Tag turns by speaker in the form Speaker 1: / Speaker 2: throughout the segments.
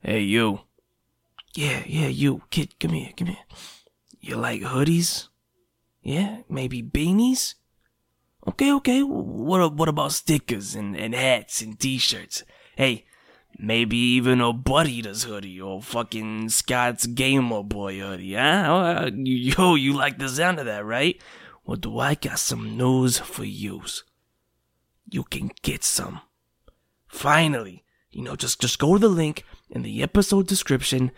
Speaker 1: Hey, you. Yeah, yeah, you. Kid, come here, come here. You like hoodies? Yeah, maybe beanies? Okay, okay. What what about stickers and, and hats and t-shirts? Hey, maybe even a Bud Eaters hoodie or fucking Scott's Gamer Boy hoodie, huh? Yo, you like the sound of that, right? Well, do I got some news for yous? You can get some. Finally, you know, just just go to the link in the episode description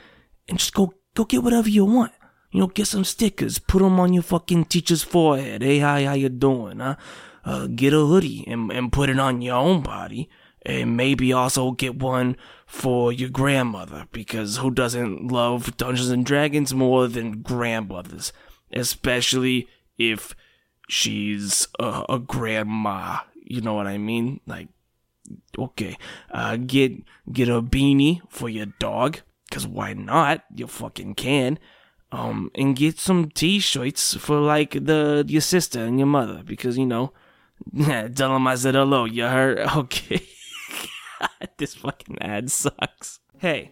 Speaker 1: and just go go get whatever you want. You know, get some stickers, put them on your fucking teacher's forehead. Hey, hi, how you doing, huh? Uh, get a hoodie and, and put it on your own body. And maybe also get one for your grandmother, because who doesn't love Dungeons and Dragons more than grandmothers? Especially if she's a, a grandma. You know what I mean? Like, okay, uh, get get a beanie for your dog, cause why not? You fucking can. Um, and get some t-shirts for like the your sister and your mother, because you know, tell them I said hello. You heard? Okay. this fucking ad sucks. Hey,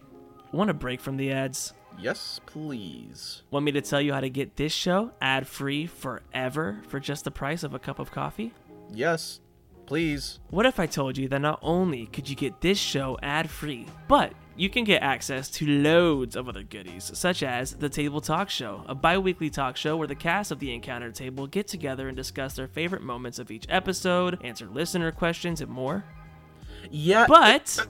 Speaker 1: want a break from the ads?
Speaker 2: Yes, please.
Speaker 1: Want me to tell you how to get this show ad free forever for just the price of a cup of coffee?
Speaker 2: Yes, please.
Speaker 1: What if I told you that not only could you get this show ad free, but you can get access to loads of other goodies, such as The Table Talk Show, a bi weekly talk show where the cast of The Encounter Table get together and discuss their favorite moments of each episode, answer listener questions, and more.
Speaker 2: Yeah.
Speaker 1: But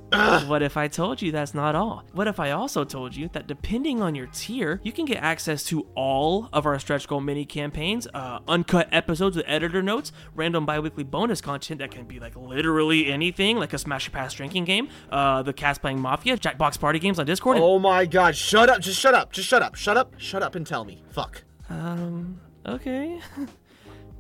Speaker 1: what if I told you that's not all? What if I also told you that depending on your tier, you can get access to all of our stretch goal mini campaigns, uh, uncut episodes with editor notes, random bi-weekly bonus content that can be like literally anything, like a Smash or Pass drinking game, uh, the cast playing Mafia, Jackbox party games on Discord. and-
Speaker 2: Oh my god, shut up, just shut up, just shut up, shut up, shut up and tell me. Fuck.
Speaker 1: Um, okay.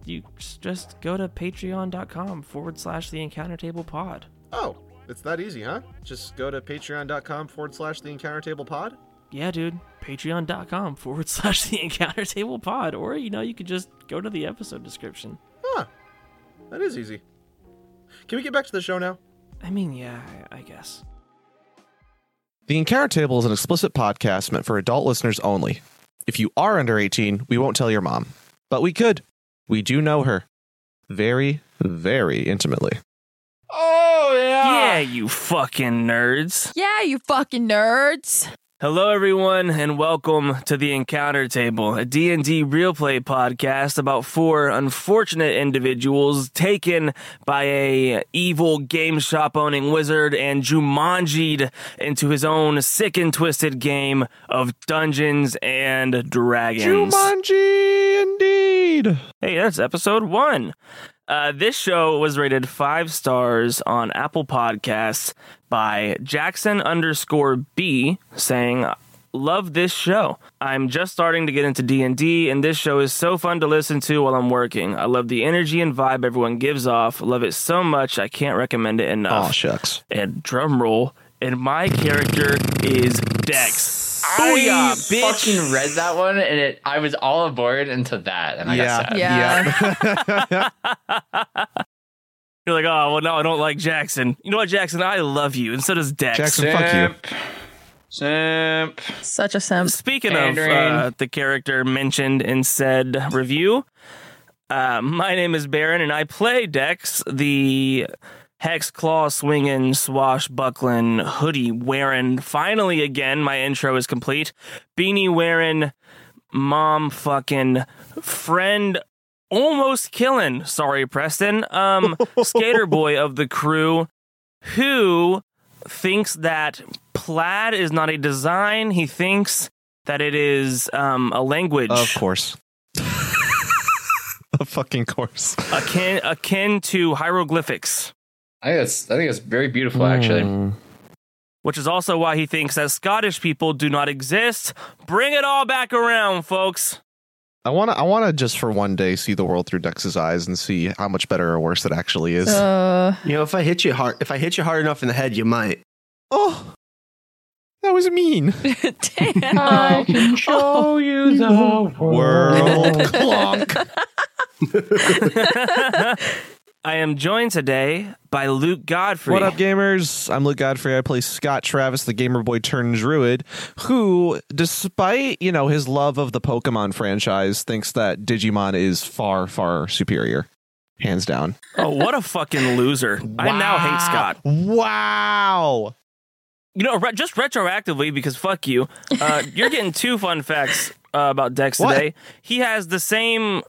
Speaker 1: you s- just go to patreon.com forward slash the encounter table pod.
Speaker 2: Oh, it's that easy, huh? Just go to patreon.com forward slash the encounter table pod.
Speaker 1: yeah, dude, patreon.com forward slash the encounter table pod, or you know, you could just go to the episode description.
Speaker 2: Huh. That is easy. Can we get back to the show now?
Speaker 1: I mean, yeah, I I guess.
Speaker 2: The Encounter Table is an explicit podcast meant for adult listeners only. If you are under 18, we won't tell your mom. But we could. We do know her. Very, very intimately.
Speaker 3: Oh
Speaker 1: Yeah, you fucking nerds.
Speaker 4: Yeah, you fucking nerds.
Speaker 1: Hello everyone and welcome to the Encounter Table, a D&D real play podcast about four unfortunate individuals taken by a evil game shop owning wizard and Jumanji'd into his own sick and twisted game of Dungeons and Dragons.
Speaker 2: Jumanji, indeed.
Speaker 1: Hey, that's episode one. Uh, this show was rated five stars on Apple Podcasts by Jackson underscore B, saying, "Love this show. I'm just starting to get into D and D, and this show is so fun to listen to while I'm working. I love the energy and vibe everyone gives off. Love it so much. I can't recommend it
Speaker 2: Aw,
Speaker 1: enough."
Speaker 2: shucks.
Speaker 1: and drum roll. And my character is Dex. Booyah, bitch!
Speaker 3: fucking read that one and it I was all aboard into that and I got
Speaker 2: Uh,
Speaker 3: sad.
Speaker 4: Yeah.
Speaker 1: You're like, oh well, no, I don't like Jackson. You know what, Jackson? I love you, and so does Dex.
Speaker 2: Jackson, fuck you.
Speaker 3: Simp.
Speaker 4: Such a simp.
Speaker 1: Speaking
Speaker 3: Pandering.
Speaker 1: of uh, the character mentioned in said review, uh, my name is Baron, and I play Dex, the hex claw swinging, swashbuckling, hoodie wearing. Finally, again, my intro is complete. Beanie wearing, mom fucking friend. Almost killing, sorry, Preston. Um, skater boy of the crew, who thinks that plaid is not a design. He thinks that it is um, a language
Speaker 2: Of course. of fucking course.
Speaker 1: akin akin to hieroglyphics,
Speaker 3: I think that's I think it's very beautiful actually.
Speaker 2: Mm. Hmm.
Speaker 1: which is also why he thinks that Scottish people do not exist. Bring it all back around, folks.
Speaker 2: I want to. I want to just for one day see the world through Dex's eyes and see how much better or worse it actually is.
Speaker 4: Uh,
Speaker 5: You know, if I hit you hard, if I hit you hard enough in the head, you might.
Speaker 2: oh, that was mean. Oh,
Speaker 4: damn.
Speaker 3: can show you the
Speaker 2: World clock.
Speaker 1: uh, I am joined today by Luke Godfrey.
Speaker 2: What up, gamers? I'm Luke Godfrey. I play Scott Travis, the gamer boy turned druid, who, despite you know his love of the Pokemon franchise, thinks that Digimon is far, far superior, hands down.
Speaker 1: Oh, what a fucking loser. I now hate Scott.
Speaker 2: Wow.
Speaker 1: You know, re- just retroactively because fuck you. Uh, you're getting two fun facts uh, about Dex
Speaker 2: What?
Speaker 1: today. He has the same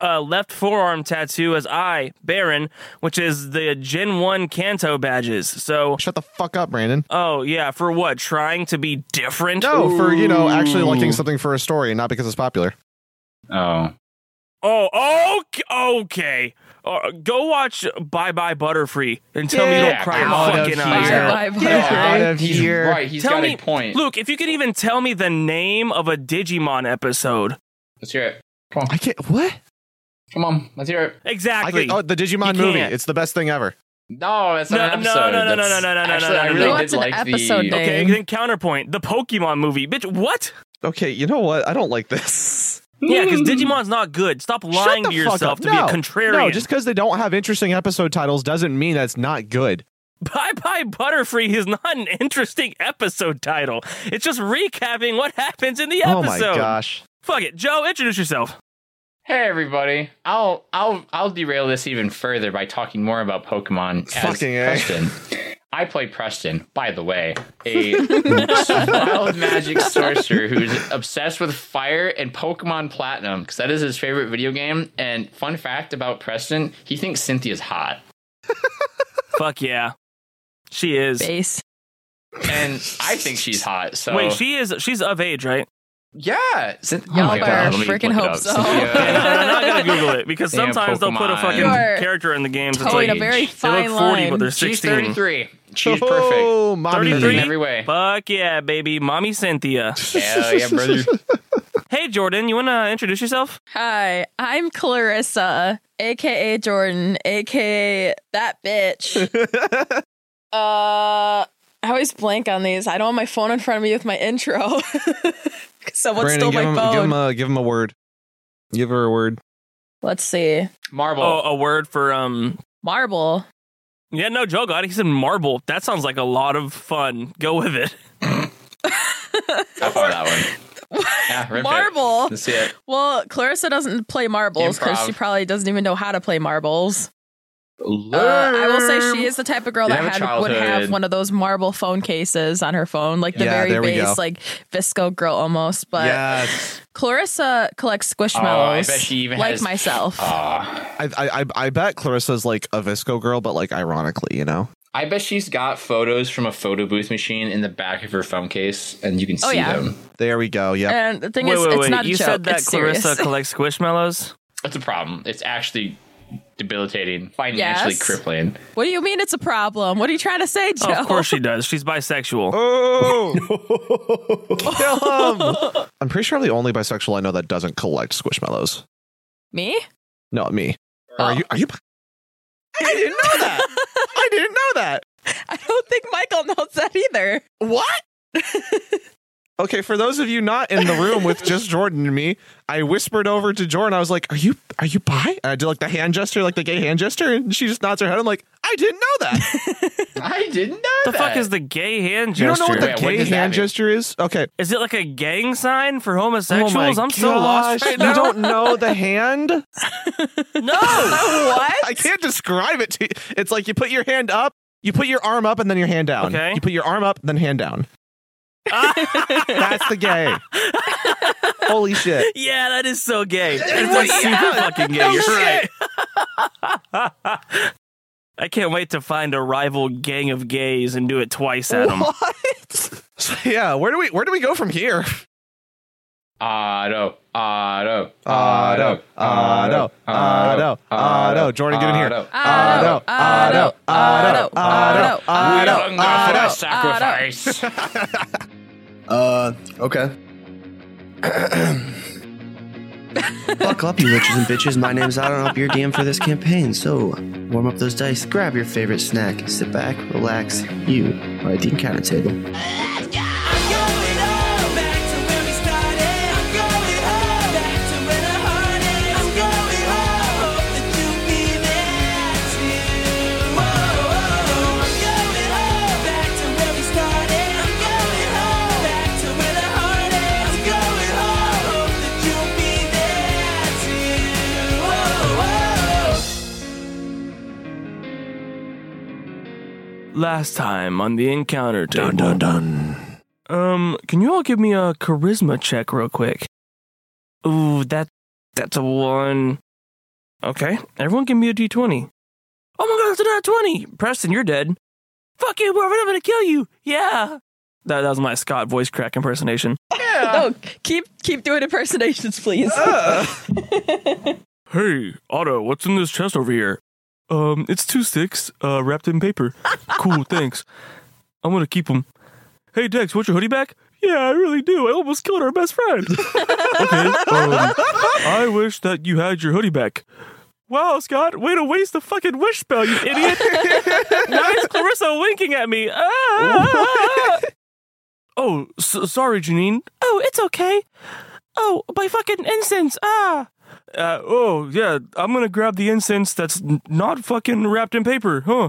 Speaker 1: uh, left forearm tattoo as I, Baron, which is the Gen One Kanto badges. So,
Speaker 2: Shut the fuck up, Brandon.
Speaker 1: oh yeah, for what? Trying to be different?
Speaker 2: No, for you know actually liking something for a story, and not because it's popular.
Speaker 3: Oh.
Speaker 1: Oh, okay. okay. Uh, go watch Bye Bye Butterfree and tell me you don't
Speaker 3: Get
Speaker 1: cry
Speaker 3: out
Speaker 1: my
Speaker 3: of
Speaker 1: fucking
Speaker 3: here.
Speaker 1: eyes out.
Speaker 4: Bye, bye,
Speaker 2: Get
Speaker 4: bye.
Speaker 2: out of
Speaker 3: He's
Speaker 2: here.
Speaker 3: right. He's
Speaker 1: Tell
Speaker 3: got
Speaker 1: me-
Speaker 3: a point.
Speaker 1: Luke, if you could even tell me the name of a Digimon episode.
Speaker 3: Let's hear it. Come on.
Speaker 2: I can't. What?
Speaker 3: Come on. Let's hear it.
Speaker 2: I
Speaker 1: Exactly.
Speaker 2: can, oh, the Digimon
Speaker 1: You
Speaker 2: movie.
Speaker 1: can't.
Speaker 2: It's the best thing ever.
Speaker 3: No, that's
Speaker 1: No,
Speaker 3: not an
Speaker 1: no, no, no,
Speaker 3: episode.
Speaker 1: no,
Speaker 3: That's-
Speaker 1: no, no, no, no,
Speaker 3: Actually,
Speaker 1: no,
Speaker 3: I
Speaker 1: no,
Speaker 3: really
Speaker 1: no.
Speaker 3: did
Speaker 4: What's an
Speaker 3: like
Speaker 4: episode,
Speaker 3: the.
Speaker 4: Dave?
Speaker 1: okay,
Speaker 4: Dang.
Speaker 1: then counterpoint. The Pokemon movie. Bitch, what?
Speaker 2: Okay, you know what? I don't like this.
Speaker 1: Yeah, because Digimon's not good. Stop lying to
Speaker 2: Mm-hmm. Shut the fuck
Speaker 1: yourself
Speaker 2: up.
Speaker 1: to be a
Speaker 2: No.
Speaker 1: contrarian.
Speaker 2: No, just because they don't have interesting episode titles doesn't mean that's not good.
Speaker 1: Bye Bye Butterfree is not an interesting episode title. It's just recapping what happens in the episode.
Speaker 2: Oh my gosh.
Speaker 1: Fuck it. Joe, introduce yourself.
Speaker 3: Hey everybody! I'll I'll I'll derail this even further by talking more about Pokemon. as
Speaker 2: Fucking A.
Speaker 3: Preston. I play Preston, by the way, a wild magic sorcerer who's obsessed with fire and Pokemon Platinum because that is his favorite video game. And fun fact about Preston, he thinks Cynthia's hot.
Speaker 1: Fuck yeah. She is.
Speaker 4: Base.
Speaker 3: and I think she's hot. So
Speaker 2: Oh.
Speaker 1: Wait, she is. She's of age, right?
Speaker 3: yeah, Cyn-
Speaker 4: Y'all
Speaker 3: my
Speaker 4: better
Speaker 3: God, let me
Speaker 4: Oh freaking
Speaker 3: look it
Speaker 4: hope
Speaker 3: up.
Speaker 4: so.
Speaker 1: Okay, no,
Speaker 3: Cynthia-
Speaker 1: no, no, I gotta Google it because
Speaker 3: Damn
Speaker 1: sometimes they'll put a
Speaker 3: Pokemon.
Speaker 1: fucking
Speaker 4: You are
Speaker 1: character in the game. It's
Speaker 4: Towing
Speaker 1: like
Speaker 4: a
Speaker 1: they
Speaker 4: very fine
Speaker 1: look forty, but
Speaker 4: line.
Speaker 1: they're
Speaker 3: She's
Speaker 1: sixteen.
Speaker 3: thirty-three. She's perfect
Speaker 2: oh, mommy.
Speaker 1: 33?
Speaker 3: in every way.
Speaker 1: Fuck yeah, baby, mommy Cynthia.
Speaker 3: Hell yeah, brother.
Speaker 1: hey, Jordan, you wanna introduce yourself?
Speaker 4: Hi, I'm Clarissa, aka Jordan, aka that bitch. uh, I always blank on these. I don't have my phone in front of me with my intro. 'Cause Someone
Speaker 2: Brandon,
Speaker 4: stole
Speaker 2: give
Speaker 4: my
Speaker 2: him,
Speaker 4: phone.
Speaker 2: give him a give him a word. Give her a word.
Speaker 4: Let's see.
Speaker 3: Marble.
Speaker 1: Oh, a word for um.
Speaker 4: Marble.
Speaker 1: Yeah, no, Joe got it. He said marble. That sounds like a lot of fun. Go with it.
Speaker 3: I follow that one. Yeah, rip It.
Speaker 4: Marble.
Speaker 3: Let's see it.
Speaker 4: Well, Clarissa doesn't play marbles because
Speaker 3: Improv.
Speaker 4: she probably doesn't even know how to play marbles. Uh, I will say she is the type of girl
Speaker 3: You
Speaker 4: that
Speaker 3: have a
Speaker 4: had, would have
Speaker 3: childhood.
Speaker 4: one of those marble phone cases on her phone, like the
Speaker 2: Yeah, there
Speaker 4: very
Speaker 2: we go.
Speaker 4: base, like Visco girl almost. But
Speaker 2: yes.
Speaker 4: Clarissa collects
Speaker 3: Oh, I
Speaker 4: squishmallows,
Speaker 3: bet she even
Speaker 4: like
Speaker 3: has. Oh.
Speaker 4: myself.
Speaker 3: Aw.
Speaker 2: I, I I- I bet Clarissa's like a Visco girl, but like ironically, you know.
Speaker 3: I bet she's got photos from a photo booth machine in the back of her phone case, and you can see
Speaker 4: Oh, yeah.
Speaker 3: them.
Speaker 2: There we go. Yep.
Speaker 4: and the thing
Speaker 1: wait,
Speaker 4: is,
Speaker 1: wait,
Speaker 4: it's
Speaker 1: wait.
Speaker 4: not a
Speaker 1: you
Speaker 4: joke.
Speaker 1: said that
Speaker 4: it's
Speaker 1: Clarissa
Speaker 4: serious.
Speaker 1: collects squishmallows.
Speaker 3: That's a problem. It's actually debilitating, financially
Speaker 4: Yes.
Speaker 3: crippling.
Speaker 4: what do you mean it's a problem? What are you trying to say, Joe?
Speaker 1: Oh, Of course she does. She's bisexual.
Speaker 2: Oh, kill him! I'm pretty sure I'm the only bisexual I know that doesn't collect squishmallows.
Speaker 4: Me?
Speaker 2: No, me. Or Are you? Are you? bi- I didn't know that. I didn't know that.
Speaker 4: I don't think Michael knows that either.
Speaker 2: What? okay, for those of you not in the room with just Jordan and me, I whispered over to Jordan. I was like, "Are you are you bi?" And I did like the hand gesture, like the gay hand gesture, and she just nods her head. I'm like, "I didn't know that.
Speaker 3: I didn't know
Speaker 1: The
Speaker 3: that.
Speaker 1: fuck is the gay hand
Speaker 2: you
Speaker 1: gesture?
Speaker 2: don't know what the
Speaker 3: Wait, what
Speaker 2: gay
Speaker 3: does that
Speaker 2: hand
Speaker 3: mean?
Speaker 2: gesture is? Okay,
Speaker 1: Is it like a gang sign for homosexuals? I'm so lost
Speaker 2: gosh,
Speaker 1: right now.
Speaker 2: You don't know the hand?
Speaker 1: no.
Speaker 4: what?
Speaker 2: I can't describe it. To you. It's like you put your hand up, you put your arm up, and then your hand down.
Speaker 1: Okay.
Speaker 2: You put your arm up, then hand down. That's the gay. Holy shit.
Speaker 1: Yeah, that is so gay. That's like super fucking gay. You're right. I can't wait to find a rival gang of gays and do it twice at them.
Speaker 2: What? So, yeah, where do we where do we go from here?
Speaker 3: Auto, auto,
Speaker 2: Auto, auto, auto, auto. Jordan, get in here.
Speaker 3: auto.
Speaker 2: Auto, auto, auto, auto,
Speaker 3: We
Speaker 2: auto,
Speaker 3: don't go for a
Speaker 2: auto.
Speaker 3: sacrifice.
Speaker 5: Uh, okay. Buckle up, you witches and bitches. My name's Adam. I'll be your DM for this campaign. So, warm up those dice, grab your favorite snack, sit back, relax. You are at the encounter table.
Speaker 6: I'm going home, back to where I started. I'm going home, back to when I hearted. I'm going home, hope that you be next.
Speaker 1: Last time on the encounter table.
Speaker 2: dun.
Speaker 1: Um, can you all give me a charisma check real quick? Ooh, that that's a one. Okay, everyone give me a d twenty. Oh my god, it's a nat twenty. Preston, you're dead. Fuck you, Marvin. I'm gonna kill you. Yeah. That, that was my Scott voice crack impersonation.
Speaker 4: No, keep keep doing impersonations, please. Oh
Speaker 1: Hey, Otto, what's in this chest over here? Um, it's two sticks, uh, wrapped in paper. cool, thanks. I'm gonna keep them. Hey, Dex, want your hoodie back? Yeah, I really do. I almost killed our best friend. okay, um, I wish that you had your hoodie back. Wow, Scott, way to waste the fucking wish spell, you idiot! now it's Clarissa winking at me. Ah! oh, s- sorry, Janine. Oh, it's okay. Oh, my fucking incense. Ah. Uh, oh yeah, I'm gonna grab the incense that's n- not fucking wrapped in paper, huh?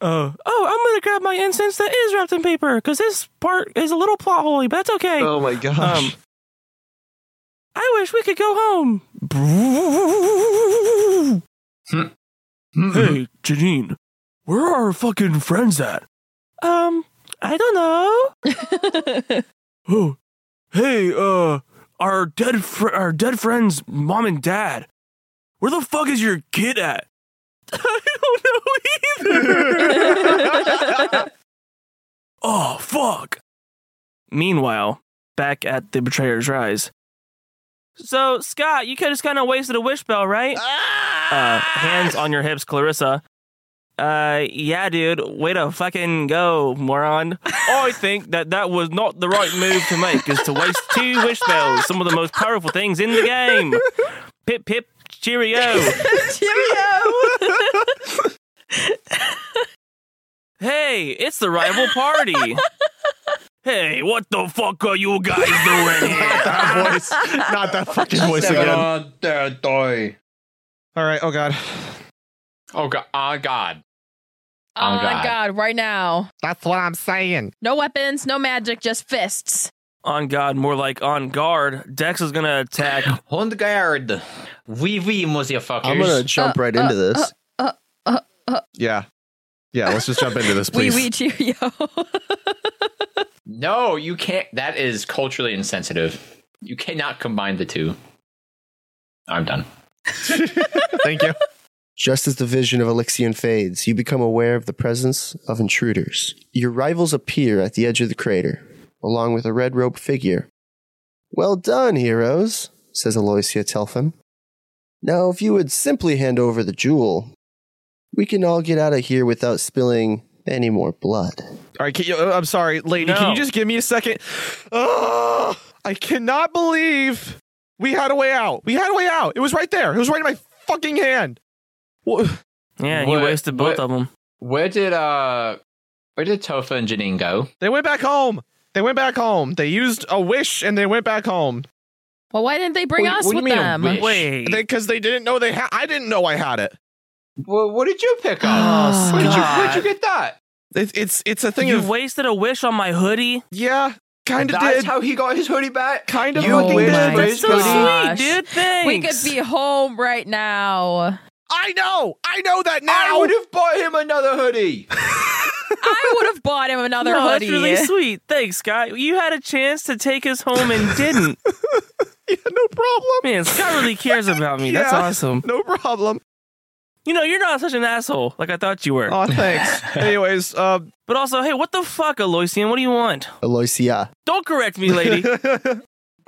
Speaker 1: Uh, oh, I'm gonna grab my incense that is wrapped in paper because this part is a little plot holy, but that's okay.
Speaker 2: Oh my
Speaker 1: Um,
Speaker 2: gosh.
Speaker 1: I wish we could go home.
Speaker 2: Hmm.
Speaker 1: hey, Janine, where are our fucking friends at? Um, I don't know. Oh, hey, uh, our dead, fr- our dead friend's mom and dad. Where the fuck is your kid at? I don't know either. oh fuck. Meanwhile, back at the Betrayer's Rise. So Scott, you could just kind of wasted a wish spell, right? Uh, hands on your hips, Clarissa. Uh, yeah, dude. Way to fucking go, moron. I think that that was not the right move to make, is to waste two wish spells, some of the most powerful things in the game. Pip, pip, cheerio.
Speaker 4: Cheerio.
Speaker 1: Hey, it's the rival party. hey, what the fuck are you guys doing here?
Speaker 2: that voice. Not that fucking voice again. uh, All right. Oh God.
Speaker 3: Oh god! Oh god!
Speaker 4: Oh
Speaker 3: Oh,
Speaker 4: my
Speaker 3: God.
Speaker 4: god, right now.
Speaker 2: That's what I'm saying.
Speaker 4: No weapons, no magic, just fists.
Speaker 1: on God, more like on guard. Dex is gonna attack.
Speaker 3: Hund guard. Wee wee, motherfuckers.
Speaker 5: I'm gonna jump right
Speaker 2: Uh,
Speaker 5: into this.
Speaker 2: Yeah. Yeah. Let's just jump into this,
Speaker 4: Wee
Speaker 2: please.
Speaker 4: wee cheerio.
Speaker 3: No, you can't. That is culturally insensitive. You cannot combine the two. I'm done.
Speaker 2: Thank you.
Speaker 5: Just as the vision of Elixion fades, you become aware of the presence of intruders. Your rivals appear at the edge of the crater, along with a red robed figure. Well done, heroes, says Aloysia Telfin. Now, if you would simply hand over the jewel, we can all get out of here without spilling any more blood.
Speaker 2: All right, can you, uh, I'm sorry, lady. Can
Speaker 1: No.
Speaker 2: you just give me a second? Oh, I cannot believe we had a way out. We had a way out. It was right there. It was right in my fucking hand. Wha-
Speaker 1: Yeah, he
Speaker 3: What-
Speaker 1: wasted both
Speaker 3: what-
Speaker 1: of them.
Speaker 3: Where did uh, where did Tofa and Janine go?
Speaker 2: They went back home. They went back home. They used a wish and they went back home.
Speaker 4: well, why didn't they bring
Speaker 3: What-
Speaker 4: us
Speaker 3: what do you
Speaker 4: with
Speaker 3: mean a
Speaker 4: them?
Speaker 3: wish?
Speaker 1: Wait.
Speaker 2: Because they, didn't know they had. I didn't know I had it.
Speaker 3: Well, what did you pick up?
Speaker 1: Oh,
Speaker 3: where did you,
Speaker 1: Scott.
Speaker 3: where'd you get that?
Speaker 2: it it's it's a thing
Speaker 1: you
Speaker 2: of
Speaker 1: wasted a wish on my hoodie?
Speaker 2: yeah, kind of
Speaker 3: That's
Speaker 2: did.
Speaker 3: how he got his hoodie back.
Speaker 2: Kind of
Speaker 3: You
Speaker 2: a
Speaker 3: think
Speaker 2: wish,
Speaker 3: that's-
Speaker 2: but
Speaker 3: that's
Speaker 2: it's
Speaker 3: so
Speaker 2: good.
Speaker 4: sweet.
Speaker 1: Sweet,
Speaker 4: Gosh.
Speaker 1: dude, thanks.
Speaker 4: We could be home right now.
Speaker 2: I know. I know that
Speaker 3: I
Speaker 2: now.
Speaker 3: would have bought him another hoodie.
Speaker 4: I would have bought him another
Speaker 1: no,
Speaker 4: hoodie.
Speaker 1: that's really sweet. Thanks, Scott. You had a chance to take us home and didn't.
Speaker 2: Yeah, no problem.
Speaker 1: Man, Scott really cares about me. That's
Speaker 2: Yeah.
Speaker 1: awesome.
Speaker 2: No problem.
Speaker 1: You know, you're not such an asshole like I thought you were.
Speaker 2: Oh, thanks. Anyways, um,
Speaker 1: But also, hey, what the fuck, Aloysian? What do you want?
Speaker 5: Aloysia,
Speaker 1: Don't correct me, lady.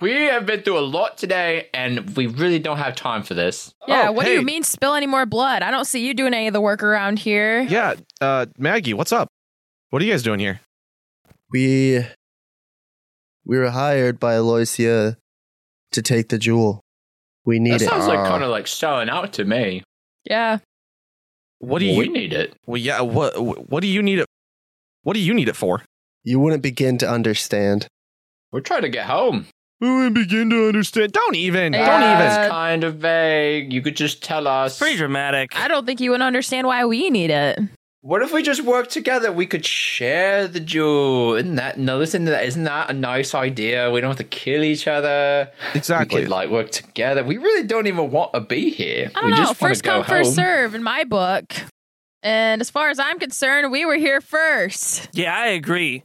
Speaker 3: We have been through a lot today, and we really don't have time for this.
Speaker 4: Yeah,
Speaker 2: Oh,
Speaker 4: what do
Speaker 2: hey.
Speaker 4: you mean spill any more blood? I don't see you doing any of the work around here.
Speaker 2: yeah, uh, Maggie, what's up? What are you guys doing here?
Speaker 5: we. We were hired by Aloysia to take the jewel. We need
Speaker 3: that
Speaker 5: it.
Speaker 3: sounds like
Speaker 2: Uh,
Speaker 3: kind of like selling out to me.
Speaker 4: Yeah.
Speaker 2: What do
Speaker 3: we
Speaker 2: you?
Speaker 3: need it?
Speaker 2: Well, yeah. What What do you need it? What do you need it for?
Speaker 5: You wouldn't begin to understand.
Speaker 3: We're trying to get home.
Speaker 2: We wouldn't begin to understand. Don't even.
Speaker 4: Uh,
Speaker 2: don't even.
Speaker 3: It's kind of vague. You could just tell us.
Speaker 1: Pretty dramatic.
Speaker 4: I don't think you would understand why we need it.
Speaker 3: What if we just work together? We could share the jewel. Isn't that no? Listen to that. Isn't that a nice idea? We don't have to kill each other. We
Speaker 2: Exactly.
Speaker 3: could like work together. We really don't even want to be here.
Speaker 4: I don't
Speaker 3: we
Speaker 4: know.
Speaker 3: Just wanna
Speaker 4: First
Speaker 3: go
Speaker 4: come, first
Speaker 3: home.
Speaker 4: serve in my book. And as far as I'm concerned, we were here first.
Speaker 1: Yeah, I agree.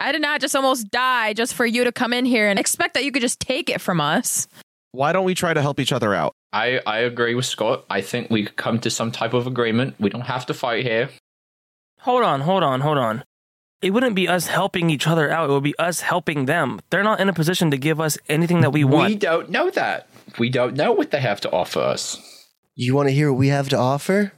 Speaker 4: I did not just almost die just for you to come in here and expect that you could just take it from us.
Speaker 2: Why don't we try to help each other out?
Speaker 3: I, I agree with Scott. I think we could come to some type of agreement. We don't have to fight here.
Speaker 1: Hold on, hold on, hold on. It wouldn't be us helping each other out. It would be us helping them. They're not in a position to give us anything that we want.
Speaker 3: We don't know that. We don't know what they have to offer us.
Speaker 5: You want to hear what we have to offer?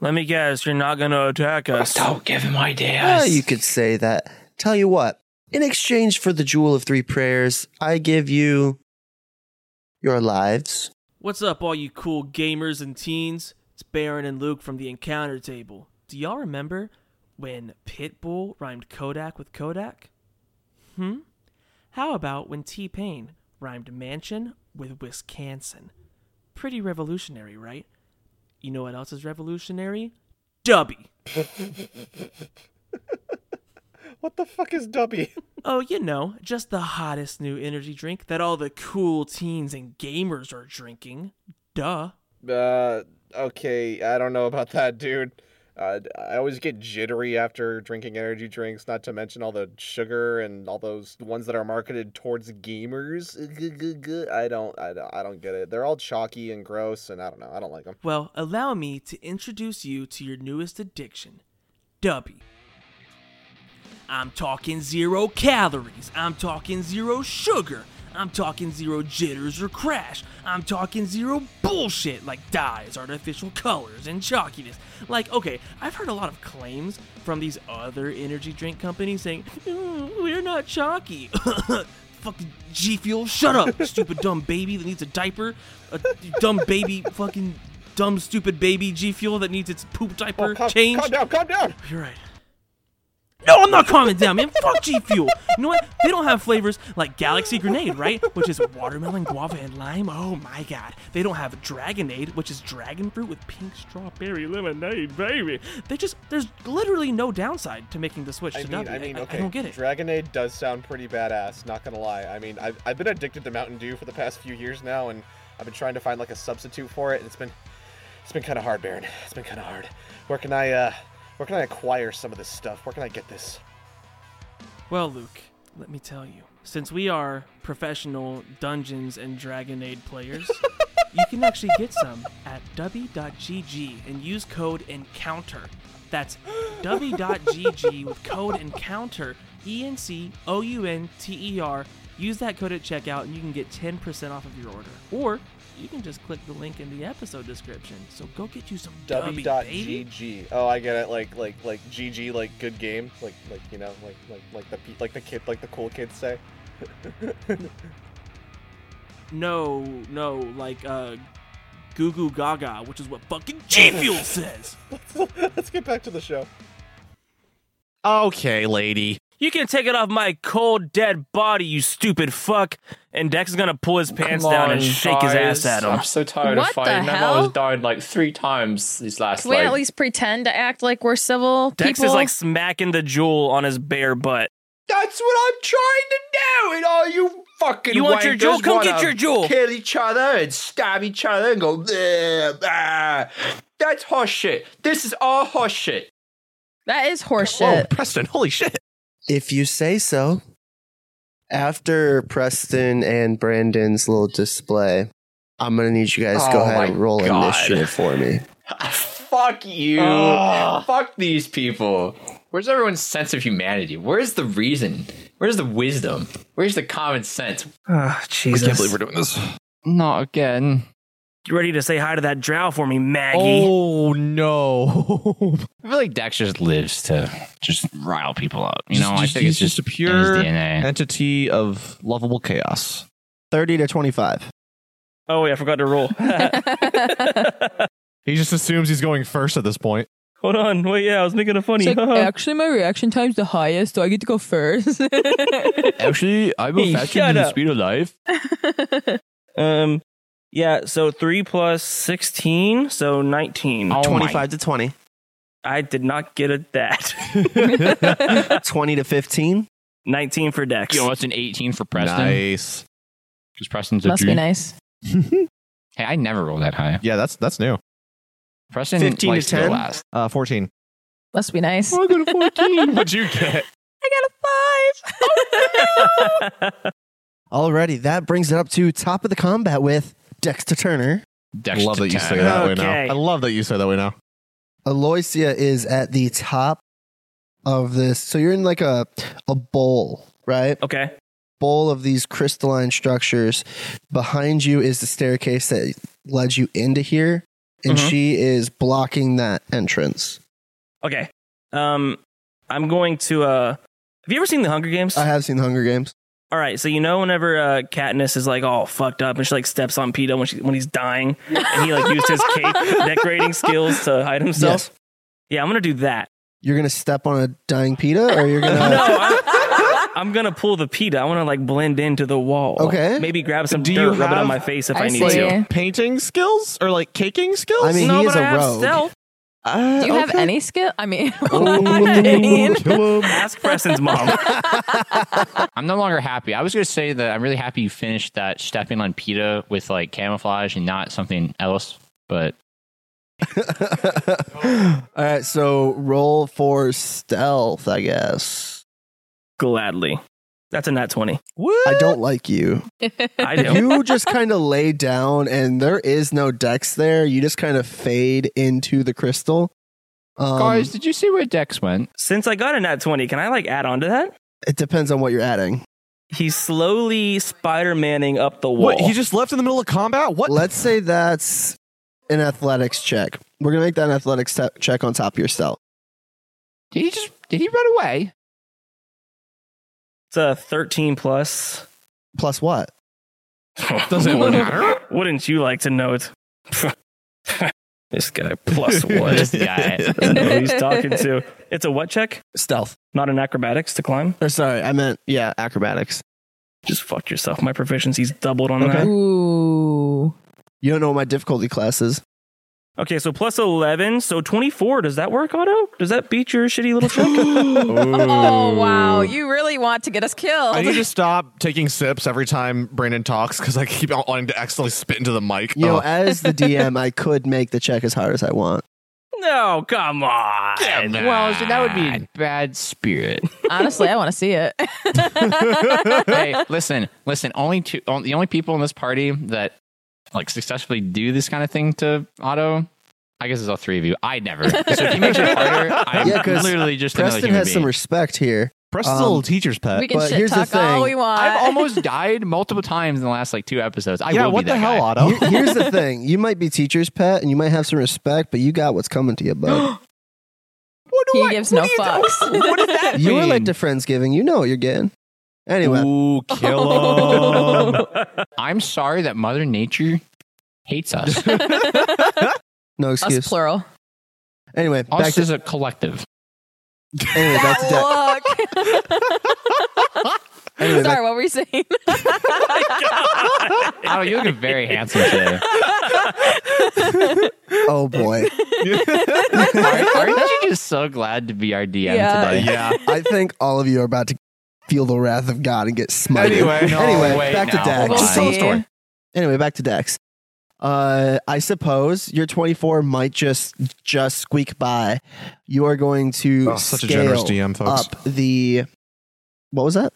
Speaker 1: Let me guess, you're not gonna attack us.
Speaker 3: Don't give him ideas.
Speaker 5: Well, you could say that. Tell you what, in exchange for the Jewel of Three Prayers, I give you your lives.
Speaker 1: What's up, all you cool gamers and teens? It's Baron and Luke from the Encounter Table. Do y'all remember when Pitbull rhymed Kodak with Kodak? Hmm? How about when T Pain rhymed mansion with Wisconsin? Pretty revolutionary, right? You know what else is revolutionary? Dubby.
Speaker 2: What the fuck is Dubby?
Speaker 1: Oh, you know, just the hottest new energy drink that all the cool teens and gamers are drinking. Duh.
Speaker 6: Uh, okay, I don't know about that, dude. Uh, I always get jittery after drinking energy drinks, not to mention all the sugar and all those ones that are marketed towards gamers. G-g-g-g- I don't, I don't, I don't get it. They're all chalky and gross, and I don't know. I don't like them.
Speaker 1: Well, allow me to introduce you to your newest addiction, Dubby. I'm talking zero calories. I'm talking zero sugar. I'm talking zero jitters or crash. I'm talking zero bullshit like dyes, artificial colors, and chalkiness. Like, okay, I've heard a lot of claims from these other energy drink companies saying, "Mm, we're not chalky. fucking G Fuel, shut up, stupid dumb baby that needs a diaper. A dumb baby, fucking dumb, stupid baby G Fuel that needs its poop diaper
Speaker 6: Calm,
Speaker 1: changed.
Speaker 6: calm down, calm down.
Speaker 1: You're right. No, I'm not calming down, man. Fuck G Fuel. You know what? They don't have flavors like Galaxy Grenade, right? Which is watermelon, guava, and lime. Oh my god. They don't have Dragonade, which is dragon fruit with pink strawberry lemonade, baby. They just there's literally no downside to making the switch
Speaker 6: I
Speaker 1: to
Speaker 6: mean,
Speaker 1: Dubby.
Speaker 6: I mean, okay.
Speaker 1: I don't get it.
Speaker 6: Dragonade does sound pretty badass. Not gonna lie. I mean, I've I've been addicted to Mountain Dew for the past few years now, and I've been trying to find like a substitute for it, and it's been it's been kind of hard, Baron. It's been kind of hard. Where can I uh where can I acquire some of this stuff? Where can I get this?
Speaker 1: Well, Luke, let me tell you. Since we are professional Dungeons and Dragonade players, you can actually get some at dubby.gg and use code ENCOUNTER. That's dubby.gg with code ENCOUNTER, E N C O U N T E R. Use that code at checkout and you can get 10% off of your order. Or you can just click the link in the episode description. So go get you some Dubby, baby.
Speaker 6: W.gg. Oh, I get it. Like like like GG like good game. Like like you know like like like the pe- like the kid like the cool kids say.
Speaker 1: No, no, like uh Goo Goo Gaga, which is what fucking G Fuel says.
Speaker 6: Let's get back to the show.
Speaker 2: Okay, lady.
Speaker 1: You can take it off my cold dead body, you stupid fuck. And Dex is gonna pull his pants
Speaker 3: Come
Speaker 1: down and
Speaker 3: on,
Speaker 1: shake his ass
Speaker 3: guys.
Speaker 1: at him.
Speaker 3: I'm so tired
Speaker 4: What the
Speaker 3: of fighting. I've
Speaker 4: hell?
Speaker 3: almost died like three times these last
Speaker 4: Can we
Speaker 3: like,
Speaker 4: at least pretend to act like we're civil
Speaker 1: Dex
Speaker 4: people?
Speaker 1: is like smacking the jewel on his bare butt.
Speaker 3: That's what I'm trying to do. And all you fucking
Speaker 1: You want your
Speaker 3: wankers
Speaker 1: jewel? Come
Speaker 3: wanna
Speaker 1: get your jewel.
Speaker 3: Kill each other and stab each other and go. "Bleh, ah." That's horse shit. This is all horse shit.
Speaker 4: that is
Speaker 2: Whoa,
Speaker 4: horseshit.
Speaker 2: Oh, Preston, holy shit.
Speaker 5: If you say so. After Preston and Brandon's little display, I'm gonna need you guys to go
Speaker 3: Oh
Speaker 5: ahead
Speaker 3: my
Speaker 5: and roll
Speaker 3: God.
Speaker 5: initiative for me.
Speaker 3: Fuck you. Fuck these people. Where's everyone's sense of humanity? Where's the reason? Where's the wisdom? Where's the common sense?
Speaker 1: Oh, Jesus.
Speaker 2: I can't believe we're doing this.
Speaker 3: Not again.
Speaker 1: you ready to say hi to that drow for me, Maggie?
Speaker 2: Oh, no.
Speaker 3: I feel like Dex just lives to just rile people up. You
Speaker 2: Just-
Speaker 3: know,
Speaker 2: just-
Speaker 3: I think it's
Speaker 2: he's
Speaker 3: just,
Speaker 2: just a pure
Speaker 3: in his DNA.
Speaker 2: Entity of lovable chaos.
Speaker 5: 30 to 25.
Speaker 1: Oh, wait, I forgot to roll.
Speaker 2: He just assumes he's going first at this point.
Speaker 1: Hold on. Wait, yeah, I was making a funny.
Speaker 4: actually, my reaction time's the highest, so I get to go first.
Speaker 3: Actually, I'm
Speaker 1: Hey, faster shut than the up.
Speaker 3: speed of life.
Speaker 1: um, yeah, so 3 plus 16, so 19.
Speaker 3: Oh my-
Speaker 5: 25 to 20.
Speaker 1: I did not get at that.
Speaker 5: 20 to 15.
Speaker 1: 19 for Dex.
Speaker 3: Yo, that's an 18 for Preston.
Speaker 2: Nice.
Speaker 3: Because Preston's a
Speaker 4: Must
Speaker 3: Jew.
Speaker 4: be nice.
Speaker 3: Hey, I never roll that high.
Speaker 2: Yeah, that's that's new.
Speaker 3: Preston
Speaker 2: 15 to
Speaker 3: likes to go
Speaker 2: 10?
Speaker 3: last.
Speaker 2: Uh, 14.
Speaker 4: Let's be nice.
Speaker 2: I got a 14. What'd you get?
Speaker 4: I got a five.
Speaker 5: Alrighty, that brings it up to top of the combat with Dexter Turner.
Speaker 3: Dexter
Speaker 2: love that you
Speaker 3: 10.
Speaker 2: say that way
Speaker 1: Okay.
Speaker 2: now. I love that you say that way now.
Speaker 5: Aloysia is at the top of this. So you're in like a a bowl, right?
Speaker 1: Okay.
Speaker 5: bowl of these crystalline structures. Behind you is the staircase that led you into here, and
Speaker 1: Mhm.
Speaker 5: she is blocking that entrance.
Speaker 1: Okay. Um, I'm going to. Uh, have you ever seen The Hunger Games?
Speaker 5: I have seen the Hunger Games.
Speaker 1: All right, so you know whenever uh, Katniss is like all fucked up and she like steps on Pedo when she when he's dying and he like used his cape decorating skills to hide himself.
Speaker 5: Yes.
Speaker 1: Yeah, I'm gonna do that.
Speaker 5: You're gonna step on a dying pita, or you're gonna
Speaker 1: No, I'm, I'm gonna pull the Pedo. I want to like blend into the wall.
Speaker 5: Okay.
Speaker 1: maybe grab some
Speaker 2: Do
Speaker 1: dirt,
Speaker 2: you
Speaker 1: rub it
Speaker 2: have-
Speaker 1: on my face if I,
Speaker 4: I
Speaker 1: need
Speaker 4: see.
Speaker 1: to.
Speaker 4: Yeah.
Speaker 2: Painting skills or like caking skills?
Speaker 5: I mean,
Speaker 1: no,
Speaker 5: he
Speaker 1: but
Speaker 5: is
Speaker 1: I
Speaker 5: a
Speaker 1: have
Speaker 5: rogue.
Speaker 1: stealth.
Speaker 3: Uh,
Speaker 4: Do you have any skill? I mean, I mean,
Speaker 1: Oh.
Speaker 5: Ooh, kill him.
Speaker 1: Ask Preston's mom.
Speaker 3: I'm no longer happy. I was going to say that I'm really happy you finished that stepping on PETA with like camouflage and not something else, but
Speaker 5: All right, so roll for stealth, I guess.
Speaker 1: Gladly. That's a nat twenty.
Speaker 5: I don't like you.
Speaker 1: I do.
Speaker 5: You just kind of lay down, and there is no dex there. You just kind of fade into the crystal. Um,
Speaker 3: guys, did you see where Dex went?
Speaker 1: Since I got a nat twenty, can I like add on to that?
Speaker 5: it depends on what you're adding.
Speaker 1: He's slowly Spider Manning up the wall.
Speaker 2: What? He just left in the middle of combat? What?
Speaker 5: Let's say that's an athletics check. We're gonna make that an athletics te- check on top of your stealth.
Speaker 3: Did he just did he run away?
Speaker 1: it's a thirteen plus.
Speaker 5: Plus what?
Speaker 2: Does it matter?
Speaker 1: Wouldn't you like to know it? this guy plus
Speaker 3: This
Speaker 1: what?
Speaker 3: guy.
Speaker 1: I don't know who he's talking to. It's a what check?
Speaker 5: Stealth.
Speaker 1: Not an acrobatics to climb.
Speaker 5: Or sorry, I meant yeah, acrobatics.
Speaker 1: Just fuck yourself. My proficiency's doubled on
Speaker 5: Okay.
Speaker 1: that.
Speaker 4: Ooh.
Speaker 5: You don't know what my difficulty class is.
Speaker 1: Okay, so plus eleven, so twenty-four. Does that work, Otto? Does that beat your shitty little check?
Speaker 4: Oh wow! You really want to get us killed?
Speaker 2: I need to stop taking sips every time Brandon talks because I keep wanting to accidentally spit into the mic.
Speaker 5: You know,
Speaker 3: Oh.
Speaker 2: Ugh.
Speaker 5: as the DM, I could make the check as hard as I want.
Speaker 1: no, come on.
Speaker 3: Well, so that would be in bad spirit.
Speaker 4: Honestly, I want to see it.
Speaker 3: hey, listen, listen. Only two, on, the only people in this party that like successfully do this kind of thing to Otto, I guess, is all three of you. I never. So if he makes it harder, I'm
Speaker 5: Yeah, 'cause
Speaker 3: literally just another
Speaker 5: Preston
Speaker 3: human
Speaker 5: has some
Speaker 3: being.
Speaker 5: respect here.
Speaker 2: Preston's a
Speaker 5: Um,
Speaker 2: little teacher's pet.
Speaker 4: we can
Speaker 5: but
Speaker 4: shit
Speaker 5: here's the
Speaker 4: talk all
Speaker 5: thing.
Speaker 4: we want.
Speaker 3: I've almost died multiple times in the last like two episodes. I
Speaker 2: yeah,
Speaker 3: will
Speaker 2: what
Speaker 3: be
Speaker 2: the
Speaker 3: that
Speaker 2: hell,
Speaker 3: guy.
Speaker 2: Otto?
Speaker 5: Here- Here's the thing: you might be teacher's pet, and you might have some respect, but you got what's coming to you, bud.
Speaker 2: What
Speaker 4: He gives no
Speaker 2: do you-
Speaker 4: fucks.
Speaker 2: What does that
Speaker 5: you were late
Speaker 2: mean?
Speaker 5: to friendsgiving. You know what you're getting. Anyway,
Speaker 2: Ooh, kill him.
Speaker 3: I'm sorry that Mother Nature hates us.
Speaker 5: no
Speaker 4: us
Speaker 5: excuse.
Speaker 4: plural.
Speaker 5: Anyway, back
Speaker 3: us
Speaker 5: to
Speaker 3: as a collective.
Speaker 5: anyway, back to Dex. Anyway, back
Speaker 4: Sorry, what were you saying?
Speaker 3: Otto, you look very handsome today.
Speaker 5: Oh boy.
Speaker 3: Aren't aren't you just so glad to be our DM
Speaker 4: Yeah.
Speaker 3: today?
Speaker 2: yeah.
Speaker 5: I think all of you are about to feel the wrath of God and get smited.
Speaker 2: Anyway. No,
Speaker 5: anyway,
Speaker 3: oh, wait,
Speaker 5: back
Speaker 3: no,
Speaker 5: to Dax.
Speaker 3: hold
Speaker 4: We'll
Speaker 3: Just tell the
Speaker 4: see.
Speaker 3: story.
Speaker 5: Anyway, back to Dax. Uh, I suppose your 24 might just just squeak by. You are going to
Speaker 2: Oh, such a
Speaker 5: scale
Speaker 2: generous DM, folks.
Speaker 5: up the. What was that?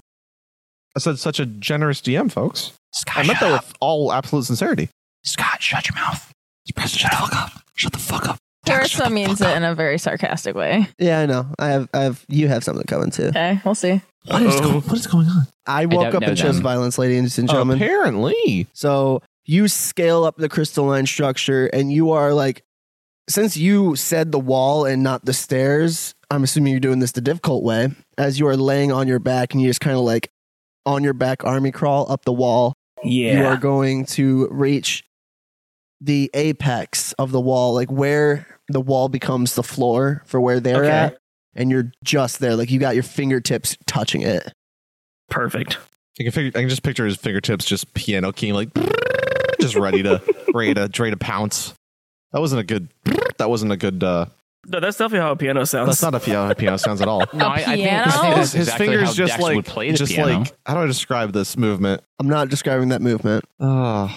Speaker 2: I said such a generous DM, folks. I meant that with all absolute sincerity.
Speaker 3: Scott, shut your mouth. You press shut the fuck up. Shut the fuck up.
Speaker 4: Darissa means it in a very sarcastic way.
Speaker 5: Yeah, I know. I have. I have. You have something coming too.
Speaker 4: Okay, we'll see.
Speaker 2: What is,
Speaker 5: Oh.
Speaker 2: what is going on?
Speaker 5: I woke
Speaker 3: don't
Speaker 5: up
Speaker 3: know
Speaker 5: and chose
Speaker 3: them.
Speaker 5: violence, ladies
Speaker 2: Oh,
Speaker 5: and gentlemen.
Speaker 2: Apparently.
Speaker 5: So you scale up the crystalline structure, and you are like, since you said the wall and not the stairs, I'm assuming you're doing this the difficult way. As you are laying on your back, and you just kind of like on your back army crawl up the wall, you
Speaker 1: yeah.
Speaker 5: are going to reach the apex of the wall, like where the wall becomes the floor for where they're
Speaker 1: Okay.
Speaker 5: at, and you're just there, like you got your fingertips touching it.
Speaker 1: Perfect.
Speaker 2: I can, figure, I can just picture his fingertips just piano keying, like, just ready to, ready to, ready to pounce. That wasn't a good, that wasn't a good, uh,
Speaker 1: No, that's definitely how a piano sounds.
Speaker 2: that's not a piano, piano sounds at all.
Speaker 3: No, I, I think
Speaker 4: piano?
Speaker 3: I think that's
Speaker 2: His, his
Speaker 3: exactly
Speaker 2: fingers
Speaker 3: how
Speaker 2: just
Speaker 3: Dex
Speaker 2: like,
Speaker 3: would play the
Speaker 2: just
Speaker 3: piano.
Speaker 2: like, how do I describe this movement?
Speaker 5: I'm not describing that movement.
Speaker 2: Uh,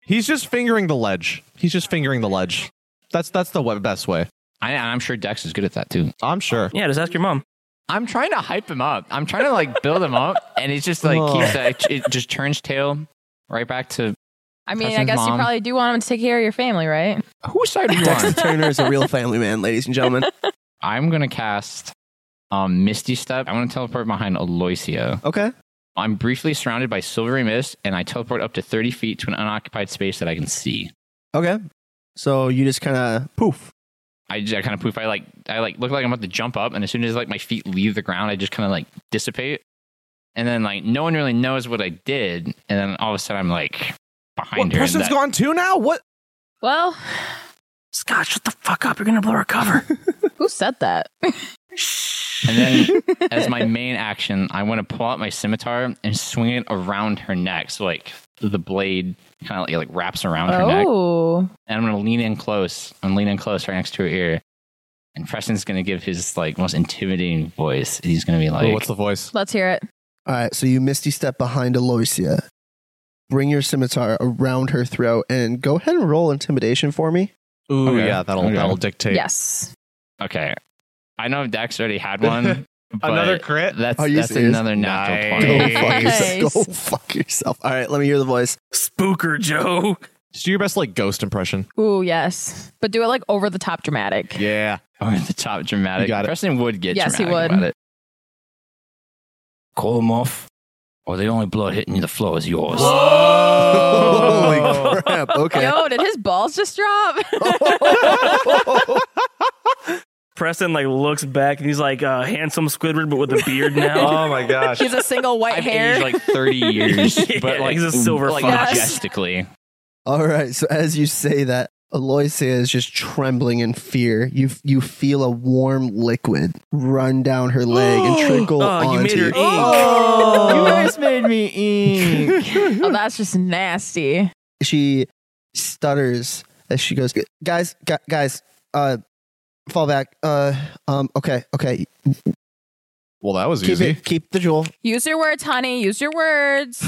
Speaker 2: he's just fingering the ledge. He's just fingering the ledge. That's that's the wa- best way.
Speaker 3: I, I'm sure Dex is good at that too.
Speaker 2: I'm sure.
Speaker 1: Yeah, just ask your mom.
Speaker 3: I'm trying to hype him up. I'm trying to like build him up, and it's just like
Speaker 2: Oh.
Speaker 3: keeps that. It just turns tail right back to
Speaker 4: I mean,
Speaker 3: That's
Speaker 4: I
Speaker 3: his
Speaker 4: guess you
Speaker 3: mom.
Speaker 4: probably do want him to take care of your family, right?
Speaker 3: whose side are you
Speaker 4: Dexter.
Speaker 3: on?
Speaker 4: Turner
Speaker 5: is a real family man, ladies and gentlemen.
Speaker 3: I'm gonna cast um Misty Step. I'm gonna teleport behind Aloysia.
Speaker 2: Okay.
Speaker 3: I'm briefly surrounded by silvery mist, and I teleport up to 30 feet to an unoccupied space that I can see.
Speaker 5: Okay. So you just kind of poof.
Speaker 3: I, just, I kind of poof. I like I like look like I'm about to jump up, and as soon as like my feet leave the ground, I just kind of like dissipate, and then like no one really knows what I did, and then all of a sudden I'm like behind
Speaker 2: What
Speaker 3: her. and
Speaker 2: person's
Speaker 3: that-
Speaker 2: gone too now? What?
Speaker 4: Well,
Speaker 1: Scott, shut the fuck up. You're gonna blow her cover.
Speaker 4: who said that?
Speaker 3: And then as my main action, I want to pull out my scimitar and swing it around her neck. So like the blade kind of like, like wraps around her neck.
Speaker 4: oh,
Speaker 3: And I'm gonna lean in close. I'm leaning close right next to her ear. And Preston's gonna give his like most intimidating voice. And he's gonna be like,
Speaker 2: Oh, what's the voice?
Speaker 4: let's hear it.
Speaker 5: All right. So you misty step behind Aloysia. Bring your scimitar around her throat and go ahead and roll intimidation for me.
Speaker 2: Ooh,
Speaker 3: Okay.
Speaker 2: yeah, that'll
Speaker 3: Okay.
Speaker 2: that'll dictate.
Speaker 4: Yes.
Speaker 3: Okay. I know Dax already had one. but
Speaker 2: Another crit?
Speaker 3: That's
Speaker 5: Are Oh, you
Speaker 3: that's
Speaker 5: serious?
Speaker 3: another natural
Speaker 2: Nice.
Speaker 3: twenty.
Speaker 5: Go
Speaker 4: Nice.
Speaker 5: fuck yourself. Go fuck yourself. All right. Let me hear the voice.
Speaker 1: Spooker Joe.
Speaker 2: Just do your best like ghost impression.
Speaker 4: Ooh, yes. But do it like over the top dramatic.
Speaker 2: Yeah.
Speaker 3: Over the top dramatic.
Speaker 2: You got it.
Speaker 3: Preston would get
Speaker 4: Yes, he
Speaker 3: dramatic
Speaker 4: would.
Speaker 3: about it. Call them off, or the only blood hitting the floor is yours.
Speaker 1: Oh.
Speaker 5: Holy crap. Okay.
Speaker 4: Yo, did his balls just drop?
Speaker 1: Preston like looks back and he's like uh, handsome Squidward, but with a beard now.
Speaker 2: Oh my gosh.
Speaker 4: He's a single white
Speaker 3: I've
Speaker 4: hair.
Speaker 3: aged like 30 years,
Speaker 1: Yeah,
Speaker 3: but like
Speaker 1: he's a silver
Speaker 3: like
Speaker 4: fox.
Speaker 3: majestically.
Speaker 5: All right. So as you say that, Aloysia is just trembling in fear. You you feel a warm liquid run down her leg and trickle
Speaker 1: oh, you
Speaker 5: onto
Speaker 1: made her
Speaker 5: you.
Speaker 1: ink.
Speaker 4: You
Speaker 3: guys made me ink.
Speaker 4: oh, that's just nasty.
Speaker 5: she stutters as she goes, guys, gu- guys, uh, fall back. Uh, um, okay, okay.
Speaker 2: Well, that was
Speaker 5: Keep
Speaker 2: easy.
Speaker 5: it. Keep the jewel.
Speaker 4: Use your words, honey. Use your words.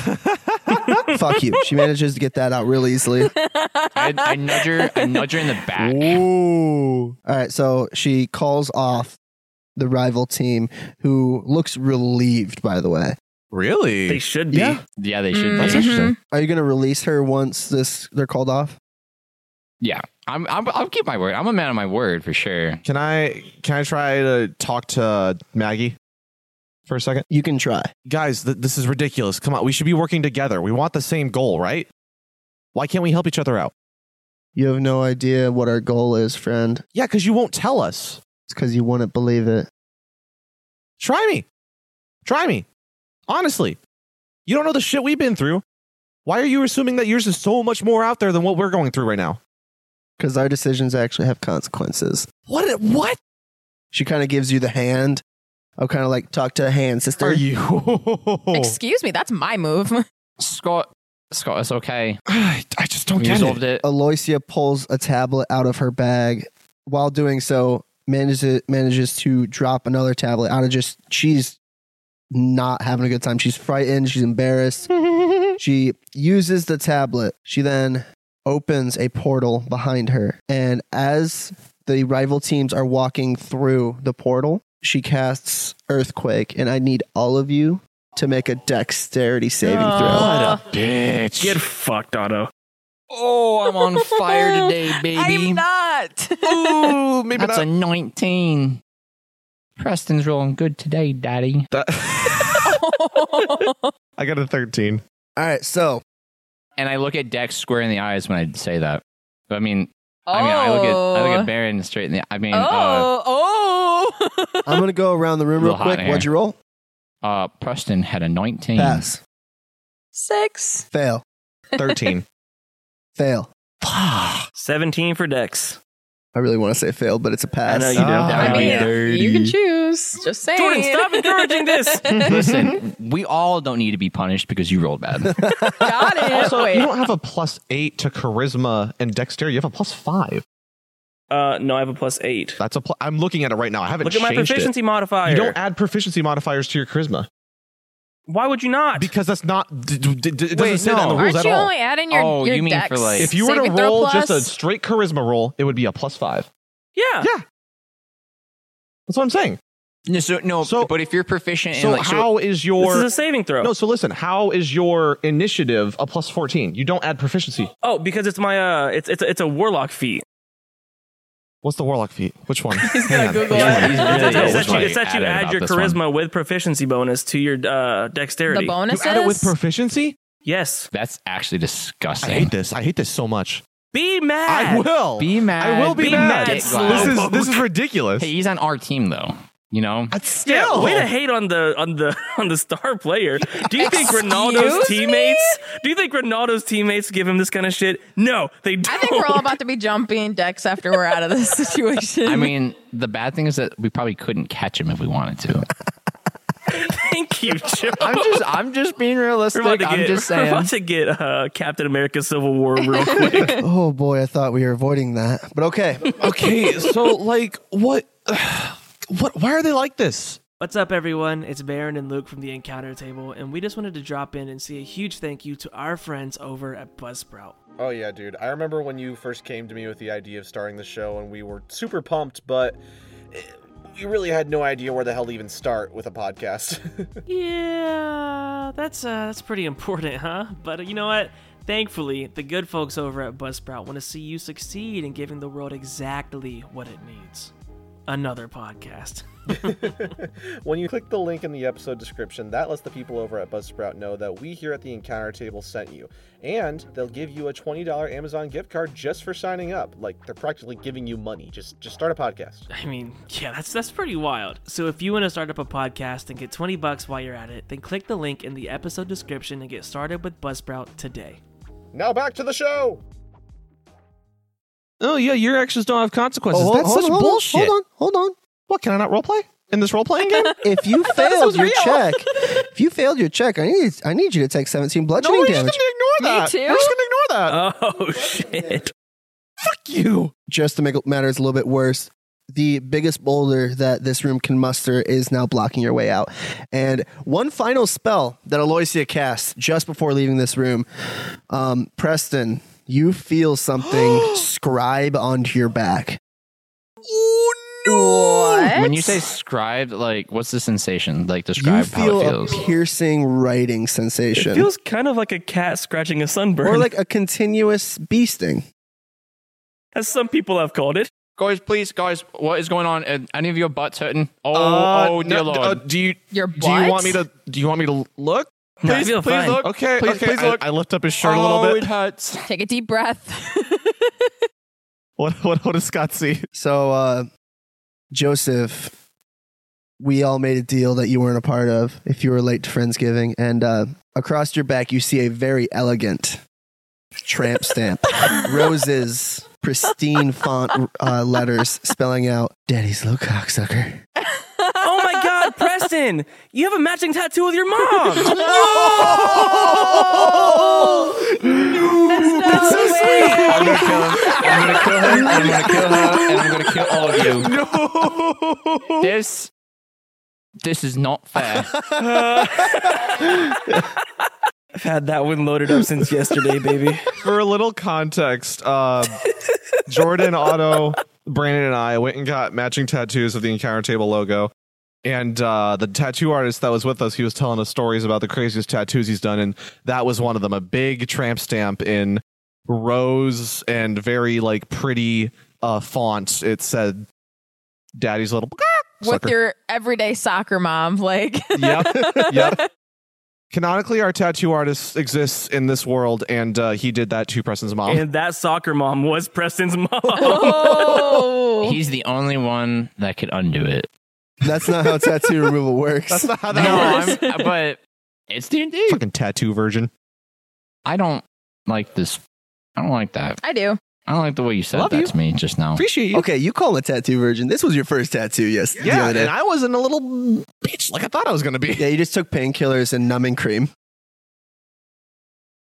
Speaker 5: Fuck you. She manages to get that out real easily.
Speaker 3: I, I nudge her. I nudge her in the back.
Speaker 5: Ooh. All right. So she calls off the rival team, who looks relieved. By the way,
Speaker 1: They
Speaker 2: Really?
Speaker 1: should be.
Speaker 5: Yeah.
Speaker 3: Yeah, they should.
Speaker 4: Mm. That's
Speaker 3: be.
Speaker 4: interesting.
Speaker 5: are you going to release her once this they're called off?
Speaker 3: I'm, I'm, I'll keep my word. I'm a man of my word for sure.
Speaker 2: Can I can I try to talk to uh, Maggie for a second?
Speaker 5: You can try.
Speaker 2: Guys, th- this is ridiculous. Come on, we should be working together. We want the same goal, right? Why can't we help each other out?
Speaker 5: You have no idea what our goal is, friend.
Speaker 2: Yeah, because you won't tell us.
Speaker 5: It's because you wouldn't believe it.
Speaker 2: Try me. Try me. Honestly, you don't know the shit we've been through. Why are you assuming that yours is so much more out there than what we're going through right now?
Speaker 5: Because our decisions actually have consequences.
Speaker 2: What? What
Speaker 5: She kind of gives you the hand. I'll kind of like talk to a hand, sister.
Speaker 2: are you?
Speaker 4: Excuse me, that's my move.
Speaker 3: Scott, Scott, it's okay.
Speaker 2: I I just don't
Speaker 3: We
Speaker 2: get
Speaker 3: resolved
Speaker 2: it.
Speaker 3: it.
Speaker 5: Aloysia pulls a tablet out of her bag. While doing so, manages manages to drop another tablet out of just she's not having a good time. She's frightened. She's embarrassed. she uses the tablet. She then opens a portal behind her, and as the rival teams are walking through the portal, she casts earthquake. And I need all of you to make a dexterity saving throw.
Speaker 4: Aw.
Speaker 2: Bitch.
Speaker 1: Get fucked, Otto.
Speaker 3: Oh, I'm on fire today, baby.
Speaker 4: I'm not.
Speaker 2: Ooh, maybe
Speaker 3: That's a
Speaker 2: not.
Speaker 3: 19. Preston's rolling good today, daddy.
Speaker 2: I got a thirteen.
Speaker 5: All right, so
Speaker 3: And I look at Dex square in the eyes when I say that. I mean, I mean, I look at I look at Baron straight in the. I mean, uh,
Speaker 4: oh, oh.
Speaker 5: I'm gonna go around the room real
Speaker 3: Little hot
Speaker 5: quick.
Speaker 3: in
Speaker 5: What'd
Speaker 3: here.
Speaker 5: you roll?
Speaker 3: uh, Preston had a 19.
Speaker 5: Pass.
Speaker 4: Six.
Speaker 5: Fail.
Speaker 2: Thirteen.
Speaker 5: Fail.
Speaker 1: Seventeen for Dex.
Speaker 5: I really want to say fail, but it's a pass.
Speaker 1: I know you do.
Speaker 2: Ah.
Speaker 1: I
Speaker 4: I
Speaker 1: know you
Speaker 4: mean,
Speaker 1: do.
Speaker 4: you can choose. Just saying.
Speaker 1: Jordan, stop encouraging this.
Speaker 3: Listen, we all don't need to be punished because you rolled bad.
Speaker 4: Got it.
Speaker 2: also,
Speaker 4: Wait.
Speaker 2: you don't have a plus eight to charisma and dexterity. You have a plus five.
Speaker 1: Uh, no, I have a plus eight.
Speaker 2: That's a. Pl- I'm looking at it right now. I haven't
Speaker 1: Look at my
Speaker 2: changed it.
Speaker 1: proficiency modifier.
Speaker 2: You don't add proficiency modifiers to your charisma.
Speaker 1: Why would you not?
Speaker 2: because that's not d- d- d- it doesn't
Speaker 3: Wait,
Speaker 2: say that in the
Speaker 3: no.
Speaker 2: rules
Speaker 4: Aren't
Speaker 2: at
Speaker 4: you
Speaker 2: all.
Speaker 4: only adding your
Speaker 3: Oh,
Speaker 4: your
Speaker 3: you mean for,
Speaker 4: dex
Speaker 3: like-
Speaker 2: if you were to
Speaker 4: saving throw
Speaker 2: roll just a
Speaker 4: plus?
Speaker 2: straight charisma roll, it would be a plus five.
Speaker 1: yeah.
Speaker 2: Yeah, that's what I'm saying.
Speaker 3: No, so no,
Speaker 2: So-
Speaker 3: but if you're proficient
Speaker 2: So
Speaker 3: in like,
Speaker 2: how is
Speaker 1: This is
Speaker 2: your
Speaker 1: a saving throw.
Speaker 2: no? So listen, how is your initiative a plus fourteen? You don't add proficiency.
Speaker 1: Oh, because it's my uh, it's it's it's a warlock feat.
Speaker 2: What's the warlock feat? Which one? He's
Speaker 4: gonna Google it.
Speaker 1: It's
Speaker 3: He's really- Yeah,
Speaker 1: that
Speaker 3: that's
Speaker 1: you,
Speaker 3: why
Speaker 1: it's that
Speaker 3: I
Speaker 1: you
Speaker 3: added
Speaker 1: add
Speaker 3: about
Speaker 1: your
Speaker 3: this one.
Speaker 1: charisma with proficiency bonus to your uh, dexterity.
Speaker 4: the
Speaker 2: You
Speaker 4: bonuses.
Speaker 2: add it with proficiency.
Speaker 1: Yes.
Speaker 3: that's actually
Speaker 2: I
Speaker 3: disgusting.
Speaker 2: hate this. I hate this so much.
Speaker 1: Be mad.
Speaker 2: I will
Speaker 3: Be mad.
Speaker 2: I will be,
Speaker 1: Be
Speaker 2: mad.
Speaker 1: mad,
Speaker 2: This is
Speaker 1: Slowpoke.
Speaker 2: this is ridiculous.
Speaker 3: Hey, he's on our team though. You know,
Speaker 2: But
Speaker 1: Yeah,
Speaker 2: still,
Speaker 1: way to hate on the on the on the star player. Do you think Ronaldo's
Speaker 4: Excuse
Speaker 1: teammates? Do you think Ronaldo's teammates give him this kind of shit? No, they don't.
Speaker 4: I think we're all about to be jumping decks after we're out of this situation.
Speaker 3: I mean, the bad thing is that we probably couldn't catch him if we wanted to.
Speaker 1: Thank you, Joe.
Speaker 3: I'm just, I'm just being
Speaker 1: We're
Speaker 3: realistic.
Speaker 1: about to
Speaker 3: I'm
Speaker 1: get,
Speaker 3: just
Speaker 1: we're
Speaker 3: saying.
Speaker 1: about to get uh, Captain America Civil War real quick.
Speaker 5: Oh boy, I thought we were avoiding that. But okay.
Speaker 2: okay, so like what what why are they like this?
Speaker 1: What's up, everyone? It's Baron and Luke from the Encounter Table, and we just wanted to drop in and say a huge thank you to our friends over at Buzzsprout.
Speaker 6: Oh yeah, dude. I remember when you first came to me with the idea of starting the show, and we were super pumped, but eh, we really had no idea where the hell to even start with a podcast.
Speaker 1: Yeah, that's uh, that's pretty important, huh? But uh, you know what? Thankfully, the good folks over at Buzzsprout want to see you succeed in giving the world exactly what it needs. Another podcast.
Speaker 6: when you click the link in the episode description, that lets the people over at Buzzsprout know that we here at the Encounter Table sent you, and they'll give you a twenty dollar Amazon gift card just for signing up. Like they're practically giving you money. Just just start a podcast.
Speaker 1: I mean, yeah, that's that's pretty wild. So if you want to start up a podcast and get 20 bucks while you're at it, then click the link in the episode description and get started with Buzzsprout today.
Speaker 6: Now back to the show.
Speaker 2: Oh yeah, your actions don't have consequences.
Speaker 5: Oh,
Speaker 2: That's such
Speaker 5: hold on,
Speaker 2: bullshit.
Speaker 5: Hold on, hold on.
Speaker 2: What can I not roleplay in this role playing game?
Speaker 5: If you failed your check, if you failed your check, I need I need you to take 17
Speaker 2: no,
Speaker 5: bludgeoning
Speaker 2: we're just gonna
Speaker 5: damage.
Speaker 2: ignore
Speaker 4: Me
Speaker 2: that.
Speaker 4: too.
Speaker 2: We're just gonna ignore that.
Speaker 1: Oh shit.
Speaker 2: Fuck you.
Speaker 5: Just to make matters a little bit worse, the biggest boulder that this room can muster is now blocking your way out. And one final spell that Aloysia casts just before leaving this room. Um, Preston, you feel something scribe onto your back.
Speaker 4: what?
Speaker 3: When you say scribed, like, what's the sensation? Like,
Speaker 5: You
Speaker 3: describe
Speaker 5: feel
Speaker 3: how it
Speaker 5: a
Speaker 3: feels.
Speaker 5: piercing writing sensation.
Speaker 1: It feels kind of like a cat scratching a sunburn.
Speaker 5: or like a continuous bee sting.
Speaker 1: as some people have called it.
Speaker 3: guys, please, guys, what is going on? Uh, any of your butts hurting? Oh,
Speaker 2: Uh,
Speaker 3: oh, dear
Speaker 2: no,
Speaker 3: lord.
Speaker 2: uh, do you
Speaker 4: your
Speaker 2: do you
Speaker 4: butt?
Speaker 2: want me to do you want me to look?
Speaker 1: No, I feel
Speaker 3: please
Speaker 1: fine.
Speaker 3: look.
Speaker 2: Okay,
Speaker 3: Please-
Speaker 2: okay.
Speaker 3: please
Speaker 2: I,
Speaker 3: look.
Speaker 2: I lift up his shirt a
Speaker 3: Oh,
Speaker 2: little
Speaker 3: it
Speaker 2: bit.
Speaker 3: hurts.
Speaker 4: take a deep breath?
Speaker 2: What what what does Scott see?
Speaker 5: So, uh, Joseph, we all made a deal that you weren't a part of if you were late to Friendsgiving. And uh, across your back, you see a very elegant tramp stamp. Roses, pristine font uh, letters spelling out Daddy's little cocksucker.
Speaker 1: Oh my god, Preston! You have a matching tattoo with your mom!
Speaker 4: That's so weird.
Speaker 3: I'm gonna kill him. I'm gonna kill him. I'm gonna kill her. And I'm gonna kill all of you. No. This. This is not fair.
Speaker 1: I've had that one loaded up since yesterday, baby.
Speaker 2: for a little context, uh, Jordan, Otto, Brandon, and I went and got matching tattoos of the Encounter Table logo. And uh, the tattoo artist that was with us, he was telling us stories about the craziest tattoos he's done, and that was one of them. A big tramp stamp in rose and very like pretty uh, font. It said, "Daddy's little."
Speaker 4: with
Speaker 2: sucker."
Speaker 4: your everyday soccer mom, like
Speaker 2: yep. Yep. Canonically, our tattoo artist exists in this world, and uh, he did that to Preston's mom.
Speaker 1: And that soccer mom was Preston's mom.
Speaker 4: oh,
Speaker 3: He's the only one that could undo it.
Speaker 5: That's not how tattoo removal works.
Speaker 2: That's not how
Speaker 3: No,
Speaker 2: that works.
Speaker 3: I'm, but it's D and D.
Speaker 2: fucking tattoo virgin.
Speaker 3: I don't like this. I don't like that.
Speaker 4: I do.
Speaker 3: I don't like the way you said
Speaker 2: Love
Speaker 3: that
Speaker 2: you.
Speaker 3: to me just now.
Speaker 2: Appreciate you.
Speaker 5: Okay, you call a tattoo virgin. This was your first tattoo, yes? the
Speaker 2: Yeah,
Speaker 5: other day.
Speaker 2: and I wasn't a little bitch like I thought I was gonna be.
Speaker 5: yeah, you just took painkillers and numbing cream.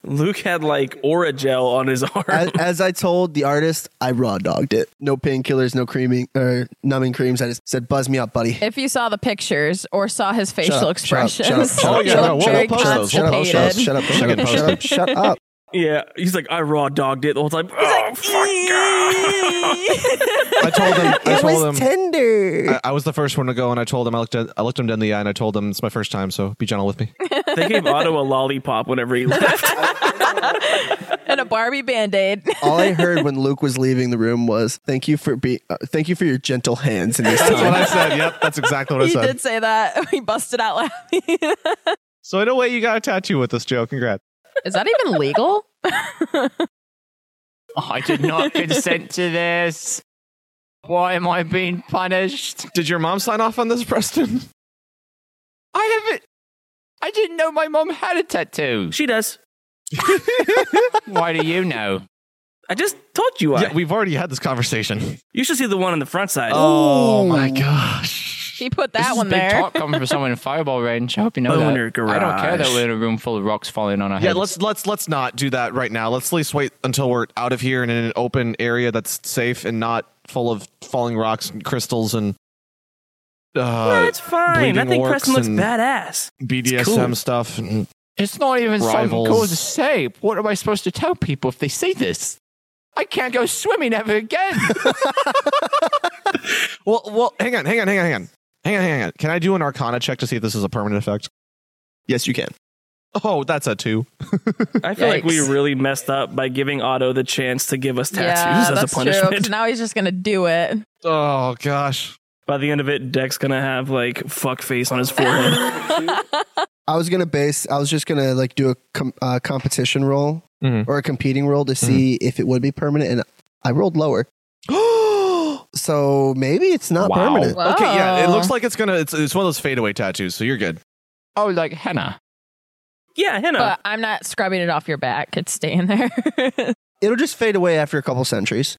Speaker 1: Luke had like aura gel on his arm.
Speaker 5: as, as I told the artist, I raw dogged it. No painkillers, no creaming or numbing creams. I just said, "Buzz me up, buddy."
Speaker 4: If you saw the pictures or saw his facial
Speaker 5: up, shut up,
Speaker 4: expressions,
Speaker 5: shut
Speaker 2: up,
Speaker 5: up, shut
Speaker 4: he
Speaker 2: shut up,
Speaker 4: looked
Speaker 2: shut
Speaker 4: very
Speaker 2: up, shut up,
Speaker 5: shut up, shut up, shut up, shut up, shut up, shut up, shut up.
Speaker 1: yeah, he's like I raw dogged it the whole time. oh fuck!
Speaker 2: I told him. I told him.
Speaker 5: tender.
Speaker 2: I, I was the first one to go, and I told him. I looked. At, I looked him dead in the eye, and I told him it's my first time, so be gentle with me.
Speaker 1: they gave Otto a lollipop whenever he left.
Speaker 4: and a Barbie band aid.
Speaker 5: All I heard when Luke was leaving the room was, "Thank you for being, uh, thank you for your gentle hands in this
Speaker 2: That's
Speaker 5: time."
Speaker 2: what I said. Yep, that's exactly what I
Speaker 4: he
Speaker 2: said.
Speaker 4: did say that. We busted out laughing.
Speaker 2: So in a way, you got a tattoo with this, Joe. Congrats.
Speaker 4: Is that even legal?
Speaker 3: Oh, I did not consent to this. Why am I being punished?
Speaker 2: Did your mom sign off on this, Preston?
Speaker 3: I haven't. I didn't know my mom had a tattoo.
Speaker 1: she does.
Speaker 3: Why do you know?
Speaker 1: I just told you. I.
Speaker 2: Yeah, we've already had this conversation.
Speaker 1: you should see the one on the front side.
Speaker 2: Oh my gosh.
Speaker 4: He put
Speaker 3: This
Speaker 4: that
Speaker 3: is
Speaker 4: one
Speaker 3: big
Speaker 4: there.
Speaker 3: talk coming from someone in fireball range. I hope you know
Speaker 1: Boner
Speaker 3: that. I don't care that
Speaker 1: garage.
Speaker 3: we're in a room full of rocks falling on our
Speaker 2: Yeah,
Speaker 3: heads.
Speaker 2: let's let's let's not do that right now. Let's at least wait until we're out of here and in an open area that's safe and not full of falling rocks and crystals and uh,
Speaker 1: That's fine. I
Speaker 2: bleeding
Speaker 1: think
Speaker 2: orcs
Speaker 1: Preston looks
Speaker 2: and-
Speaker 1: badass.
Speaker 2: BDSM stuff. And
Speaker 3: It's not even something cool
Speaker 2: Rivals.
Speaker 3: to say. What am I supposed to tell people if they see this? I can't go swimming ever again.
Speaker 2: well, well, hang on, hang on, hang on, hang on, hang on, hang on. Can I do an Arcana check to see if this is a permanent effect?
Speaker 5: Yes, you can.
Speaker 2: Oh, that's a two.
Speaker 1: I feel like we
Speaker 4: Yikes.
Speaker 1: really messed up by giving Otto the chance to give us tattoos
Speaker 4: yeah,
Speaker 1: as a
Speaker 4: that's true.
Speaker 1: punishment.
Speaker 4: 'cause Now he's just gonna do it.
Speaker 2: Oh gosh.
Speaker 1: By the end of it, Deck's gonna have like fuck face on his forehead.
Speaker 5: I was gonna base. I was just gonna like do a com- uh, competition roll
Speaker 2: Mhm.
Speaker 5: or a competing roll to see if it would be permanent, and I rolled lower. so maybe it's not
Speaker 3: Wow.
Speaker 5: permanent.
Speaker 4: Wow.
Speaker 2: Okay, yeah, it looks
Speaker 4: Oh.
Speaker 2: like it's gonna. It's, it's one of those fadeaway tattoos, so you're good.
Speaker 3: oh, like henna.
Speaker 1: yeah, Henna.
Speaker 4: But I'm not scrubbing it off your back. It's staying there.
Speaker 5: It'll just fade away after a couple centuries.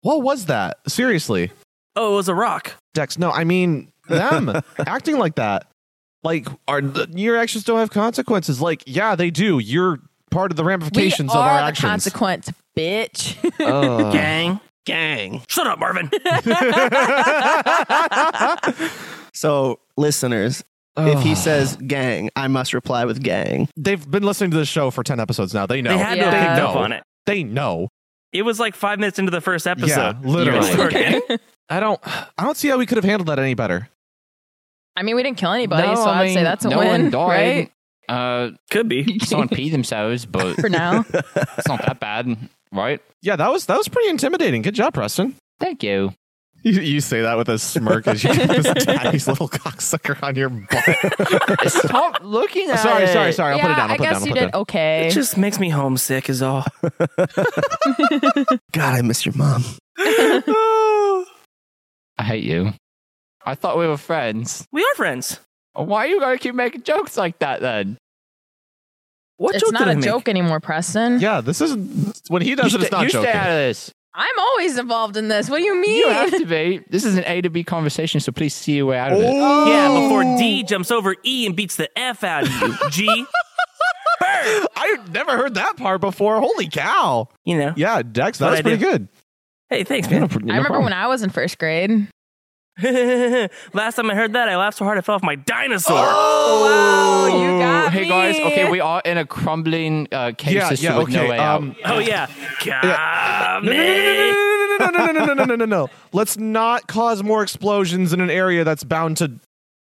Speaker 2: What was that? Seriously,
Speaker 1: oh, it was a rock.
Speaker 2: Dex? No, I mean them acting like that. Like, are your actions don't have consequences? Like, yeah, they do. You're part of the
Speaker 4: we
Speaker 2: ramifications of our
Speaker 4: are the
Speaker 2: actions. Oh.
Speaker 4: consequence, bitch.
Speaker 2: Ugh.
Speaker 1: Gang. Gang. Shut up, Marvin.
Speaker 5: So, listeners, if he
Speaker 2: Ugh.
Speaker 5: says gang, I must reply with gang.
Speaker 2: they've been listening to this show for ten episodes now, they know.
Speaker 1: They had
Speaker 4: Yeah.
Speaker 1: no
Speaker 4: They
Speaker 1: picked
Speaker 2: know.
Speaker 1: up on it.
Speaker 2: They know.
Speaker 1: It was like five minutes into the first episode.
Speaker 2: literally.
Speaker 1: You guys started.
Speaker 2: I don't. I don't see how we could have handled that any better.
Speaker 4: I mean, we didn't kill anybody, so
Speaker 3: I
Speaker 4: I'd say
Speaker 3: mean,
Speaker 4: that's a
Speaker 3: no
Speaker 4: win,
Speaker 3: one died.
Speaker 4: right?
Speaker 3: Uh,
Speaker 1: Could be.
Speaker 3: someone peed themselves, but
Speaker 4: For now,
Speaker 3: it's not that bad, right?
Speaker 2: Yeah, that was that was pretty intimidating. Good job, Preston.
Speaker 3: Thank you.
Speaker 2: You, you say that with a smirk as you get this tiny little cocksucker on your butt.
Speaker 3: Stop looking at
Speaker 2: Oh, Uh, sorry,
Speaker 3: it.
Speaker 2: sorry, sorry. I'll
Speaker 4: yeah,
Speaker 2: put it down. I'll
Speaker 4: I
Speaker 2: put it
Speaker 4: guess
Speaker 2: down. I'll
Speaker 4: you
Speaker 2: put it
Speaker 4: did
Speaker 2: down.
Speaker 4: okay.
Speaker 1: It just makes me homesick, is all.
Speaker 5: God, I miss your mom.
Speaker 3: I hate you. I thought we were friends.
Speaker 1: we are friends.
Speaker 3: Why are you gonna keep making jokes like that then?
Speaker 1: What
Speaker 4: it's
Speaker 1: joke
Speaker 4: not
Speaker 1: did I
Speaker 4: a
Speaker 1: make?
Speaker 4: joke anymore, Preston.
Speaker 2: Yeah, this isn't when he does
Speaker 3: you
Speaker 2: it. It's
Speaker 3: sta-
Speaker 2: not
Speaker 3: you
Speaker 2: joking.
Speaker 3: stay out of this.
Speaker 4: I'm always involved in this. What do you mean?
Speaker 3: You have to be. This is an A to B conversation, so please see your way out of
Speaker 2: Oh,
Speaker 3: it.
Speaker 1: Yeah, before D jumps over E and beats the F out of you. G,
Speaker 2: I've never heard that part before. Holy cow!
Speaker 1: you know.
Speaker 2: Yeah, Dex,
Speaker 1: What
Speaker 2: that was
Speaker 1: I
Speaker 2: pretty
Speaker 1: do.
Speaker 2: good.
Speaker 1: Hey, thanks, man.
Speaker 4: I remember when I was in first grade.
Speaker 1: Last time I heard that, I laughed so hard I fell off my dinosaur.
Speaker 4: Oh, you got
Speaker 3: hey
Speaker 4: me.
Speaker 3: guys, okay, we are in a crumbling uh, cave
Speaker 2: Yeah,
Speaker 3: system
Speaker 2: yeah,
Speaker 3: with no
Speaker 2: okay.
Speaker 3: way
Speaker 2: um,
Speaker 3: out.
Speaker 1: Oh yeah,
Speaker 2: No, no,
Speaker 1: Kame.
Speaker 2: no, no, no, no, no, no, no, no, no, no, no, no, no. Let's not cause more explosions in an area that's bound to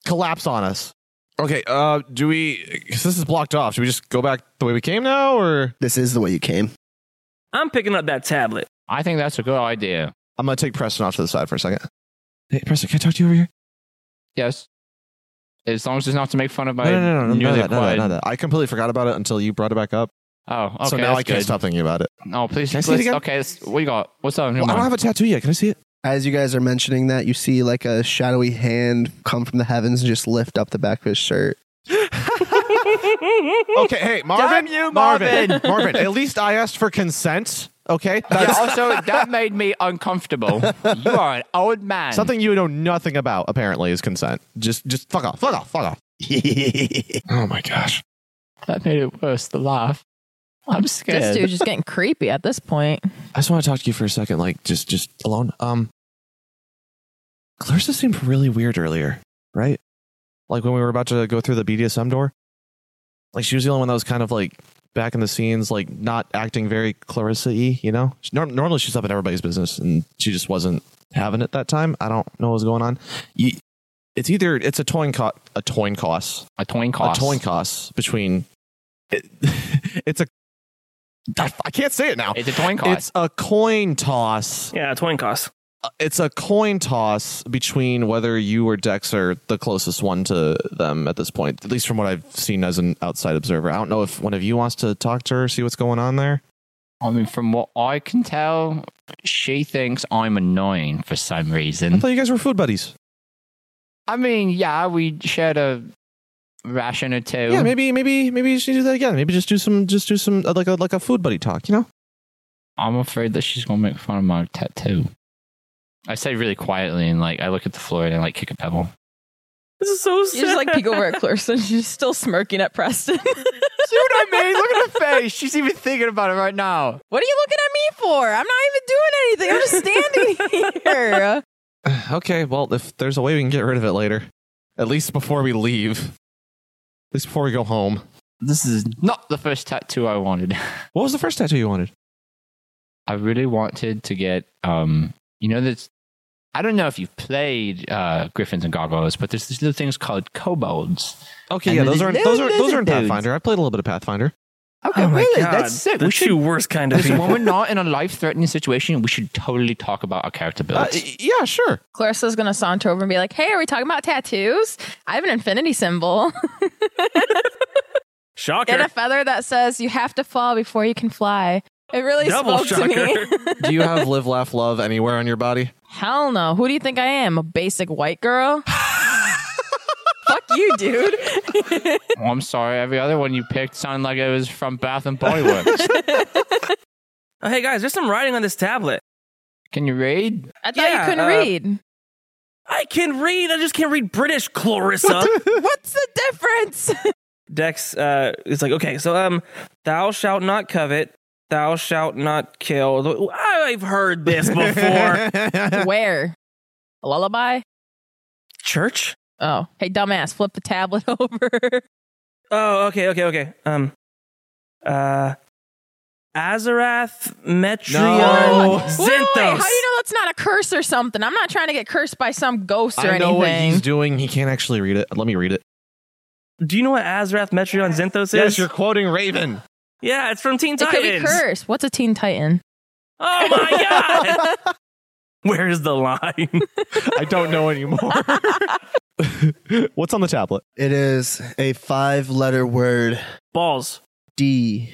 Speaker 2: collapse on us. Okay, uh, do we? Cause this is blocked off. Should we just go back the way we came now, or
Speaker 5: This is the way you came.
Speaker 1: I'm picking up that tablet.
Speaker 3: I think that's a good idea.
Speaker 2: I'm gonna take Preston off to the side for a second. Hey, Preston, can I talk to you over here?
Speaker 3: Yes. As long as it's not to make fun of my
Speaker 2: No, no, no, no, no,
Speaker 3: newly
Speaker 2: no, no, no,
Speaker 3: acquired.
Speaker 2: no, no. I completely forgot about it until you brought it back up.
Speaker 3: Oh, okay.
Speaker 2: so now
Speaker 3: that's
Speaker 2: I can't
Speaker 3: good.
Speaker 2: stop thinking about it.
Speaker 3: No, please.
Speaker 2: Can I
Speaker 3: let's
Speaker 2: see it again?
Speaker 3: Okay, let's- what you got? What's up?
Speaker 2: Well, I don't have a tattoo yet. Can I see it?
Speaker 5: As you guys are mentioning that, you see like a shadowy hand come from the heavens and just lift up the back of his shirt.
Speaker 2: Okay, hey, Marvin.
Speaker 3: Damn you,
Speaker 2: Marvin. Marvin, at least I asked for consent. Okay,
Speaker 3: yeah,
Speaker 2: that's
Speaker 3: also, that made me uncomfortable. You are an old man.
Speaker 2: something you know nothing about. Apparently, is consent. Just, just fuck off, fuck off, fuck off. oh my gosh.
Speaker 3: That made it worse, the laugh. I'm
Speaker 4: This
Speaker 3: scared.
Speaker 4: dude's just getting creepy at this point.
Speaker 2: I just want to talk to you for a second, like just just alone. Um, Clarissa seemed really weird earlier, right? Like when we were about to go through the BDSM door. Like she was the only one that was kind of like back in the scenes, like not acting very Clarissa y, you know? She, norm- normally she's up in everybody's business and she just wasn't having it that time. I don't know what was going on. You, it's either it's a toin co- a toin cost,
Speaker 3: a toin cost.
Speaker 2: a toin cost between it, it's a I can't say it now.
Speaker 3: It's a toin cost.
Speaker 2: It's a coin toss.
Speaker 1: Yeah, twin cost.
Speaker 2: Uh, It's a coin toss between whether you or Dex are the closest one to them at this point, at least from what I've seen as an outside observer. I don't know if one of you wants to talk to her, see what's going on there.
Speaker 3: I mean, from what I can tell, she thinks I'm annoying for some
Speaker 2: I
Speaker 3: reason.
Speaker 2: thought you guys were food buddies.
Speaker 3: I mean, yeah, we shared a ration or two.
Speaker 2: Yeah, maybe, maybe, maybe you should do that again. Maybe just do some, just do some uh, like a like a food buddy talk. You know,
Speaker 3: I'm afraid that she's gonna make fun of my tattoo. I say really quietly, and like I look at the floor and I like kick a pebble.
Speaker 1: This is so
Speaker 4: You
Speaker 1: sad.
Speaker 4: just like peek over at Clarissa. and She's still smirking at Preston.
Speaker 3: See what I mean? Look at her face. She's even thinking about it right now.
Speaker 4: What are you looking at me for? I'm not even doing anything. I'm just standing here.
Speaker 2: Okay, well, if there's a way we can get rid of it later, at least before we leave, at least before we go home.
Speaker 3: This is not the first tattoo I wanted.
Speaker 2: What was the first tattoo you wanted?
Speaker 3: I really wanted to get um you know this I don't know if you've played uh, Griffins and Gargoyles, but there's these little things called kobolds.
Speaker 2: Okay,
Speaker 3: And
Speaker 2: yeah,
Speaker 3: then
Speaker 2: those
Speaker 3: these
Speaker 2: are
Speaker 3: little
Speaker 2: those are those are
Speaker 3: lizard
Speaker 2: in
Speaker 3: dudes.
Speaker 2: Pathfinder. I played a little bit of Pathfinder.
Speaker 3: Okay,
Speaker 1: oh my
Speaker 3: really?
Speaker 1: God.
Speaker 3: That's sick.
Speaker 2: Uh,
Speaker 1: The
Speaker 3: We
Speaker 1: two
Speaker 3: should
Speaker 1: worst kind of
Speaker 3: listen, when
Speaker 1: people.
Speaker 3: we're not in a life threatening situation, we should totally talk about our character
Speaker 2: Uh,
Speaker 3: builds.
Speaker 2: y- yeah, sure.
Speaker 4: Clarissa's gonna saunter over and be like, "Hey, are we talking about tattoos? I have an infinity symbol. Get
Speaker 1: Shocker.
Speaker 4: a feather that says you have to fall before you can fly." It really
Speaker 1: Double
Speaker 4: spoke to me.
Speaker 2: Do you have live, laugh, love anywhere on your body?
Speaker 4: Hell no. Who do you think I am? A basic white girl? Fuck you, dude.
Speaker 3: Oh, I'm sorry, every other one you picked sounded like it was from Bath and Body Works.
Speaker 1: Oh, hey guys, there's some writing on this tablet.
Speaker 3: Can you read?
Speaker 4: I thought
Speaker 1: Yeah,
Speaker 4: you couldn't
Speaker 1: uh,
Speaker 4: read.
Speaker 1: I can read. I just can't read British, Clarissa.
Speaker 4: What's the difference?
Speaker 1: Dex uh, is like, okay, so um, thou shalt not covet, thou shalt not kill. I've heard this before.
Speaker 4: Where? A lullaby?
Speaker 1: Church?
Speaker 4: Oh, hey, dumbass, flip the tablet over.
Speaker 1: Oh, okay, okay, okay. Um, uh, Azarath,
Speaker 2: No.
Speaker 1: Metreon,
Speaker 2: What?
Speaker 4: Wait, wait, wait,
Speaker 1: Zinthos.
Speaker 4: how do you know that's not a curse or something? I'm not trying to get cursed by some ghost or
Speaker 2: I know what
Speaker 4: anything.
Speaker 2: he's doing. He can't actually read it. Let me read it.
Speaker 1: do you know what Azarath, Metreon, Zinthos is?
Speaker 2: quoting Raven.
Speaker 1: yeah, it's from Teen
Speaker 4: it could be
Speaker 1: Titans.
Speaker 4: cursed. What's a Teen Titan?
Speaker 1: Oh my god! Where's the line?
Speaker 2: I don't know anymore. What's on the tablet?
Speaker 5: It is a five letter word
Speaker 1: Balls.
Speaker 5: D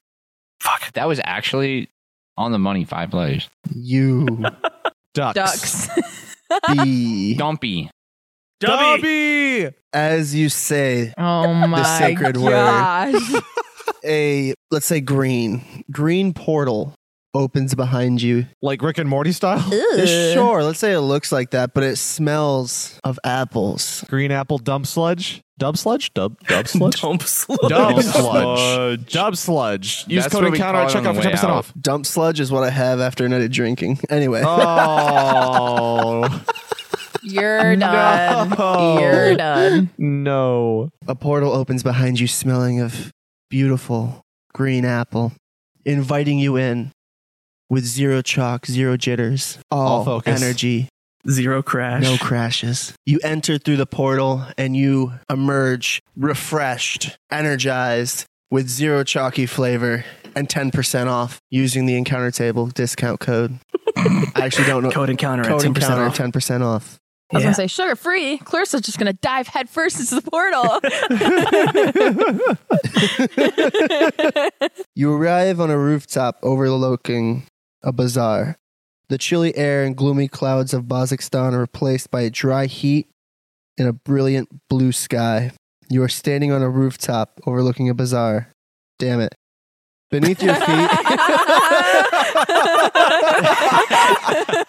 Speaker 1: Fuck.
Speaker 3: That was actually on the money five letters.
Speaker 5: U
Speaker 2: Ducks.
Speaker 4: Ducks.
Speaker 5: B.
Speaker 3: Dumpy.
Speaker 1: Dubby.
Speaker 2: Dubby!
Speaker 5: As you say,
Speaker 4: Oh my
Speaker 5: sacred word.
Speaker 4: gosh.
Speaker 5: a let's say green green portal opens behind you.
Speaker 2: Like Rick and Morty style.
Speaker 4: Ew.
Speaker 5: Sure, let's say it looks like that, but it smells of apples.
Speaker 2: Green apple dump sludge. Dub sludge? Dub dub sludge?
Speaker 1: Dump sludge.
Speaker 2: Dub sludge. Dub sludge. Use
Speaker 3: That's
Speaker 2: code
Speaker 3: what we
Speaker 2: encounter
Speaker 3: call it
Speaker 2: at
Speaker 3: on
Speaker 2: checkout
Speaker 3: the
Speaker 2: for 10%
Speaker 3: way out.
Speaker 2: off.
Speaker 5: Dump sludge is what I have after a night of drinking. Anyway,
Speaker 2: Oh.
Speaker 4: You're done.
Speaker 2: No.
Speaker 4: You're done.
Speaker 2: no.
Speaker 5: a portal opens behind you smelling of beautiful green apple, inviting you in with zero chalk, zero jitters, all,
Speaker 2: All focus.
Speaker 5: energy,
Speaker 1: Zero crash.
Speaker 5: no crashes. You enter through the portal and you emerge refreshed, energized, with zero chalky flavor and 10% off using the encounter table discount code. I actually don't know.
Speaker 1: Code encounter at
Speaker 5: Code
Speaker 1: 10%
Speaker 5: encounter
Speaker 1: off.
Speaker 5: 10% off.
Speaker 4: I was
Speaker 1: Yeah.
Speaker 4: gonna say sugar free. Clarissa's just gonna dive headfirst into the portal.
Speaker 5: You arrive on a rooftop overlooking a bazaar. The chilly air and gloomy clouds of Kazakhstan are replaced by a dry heat and a brilliant blue sky. You are standing on a rooftop overlooking a bazaar. Damn it. Beneath your feet,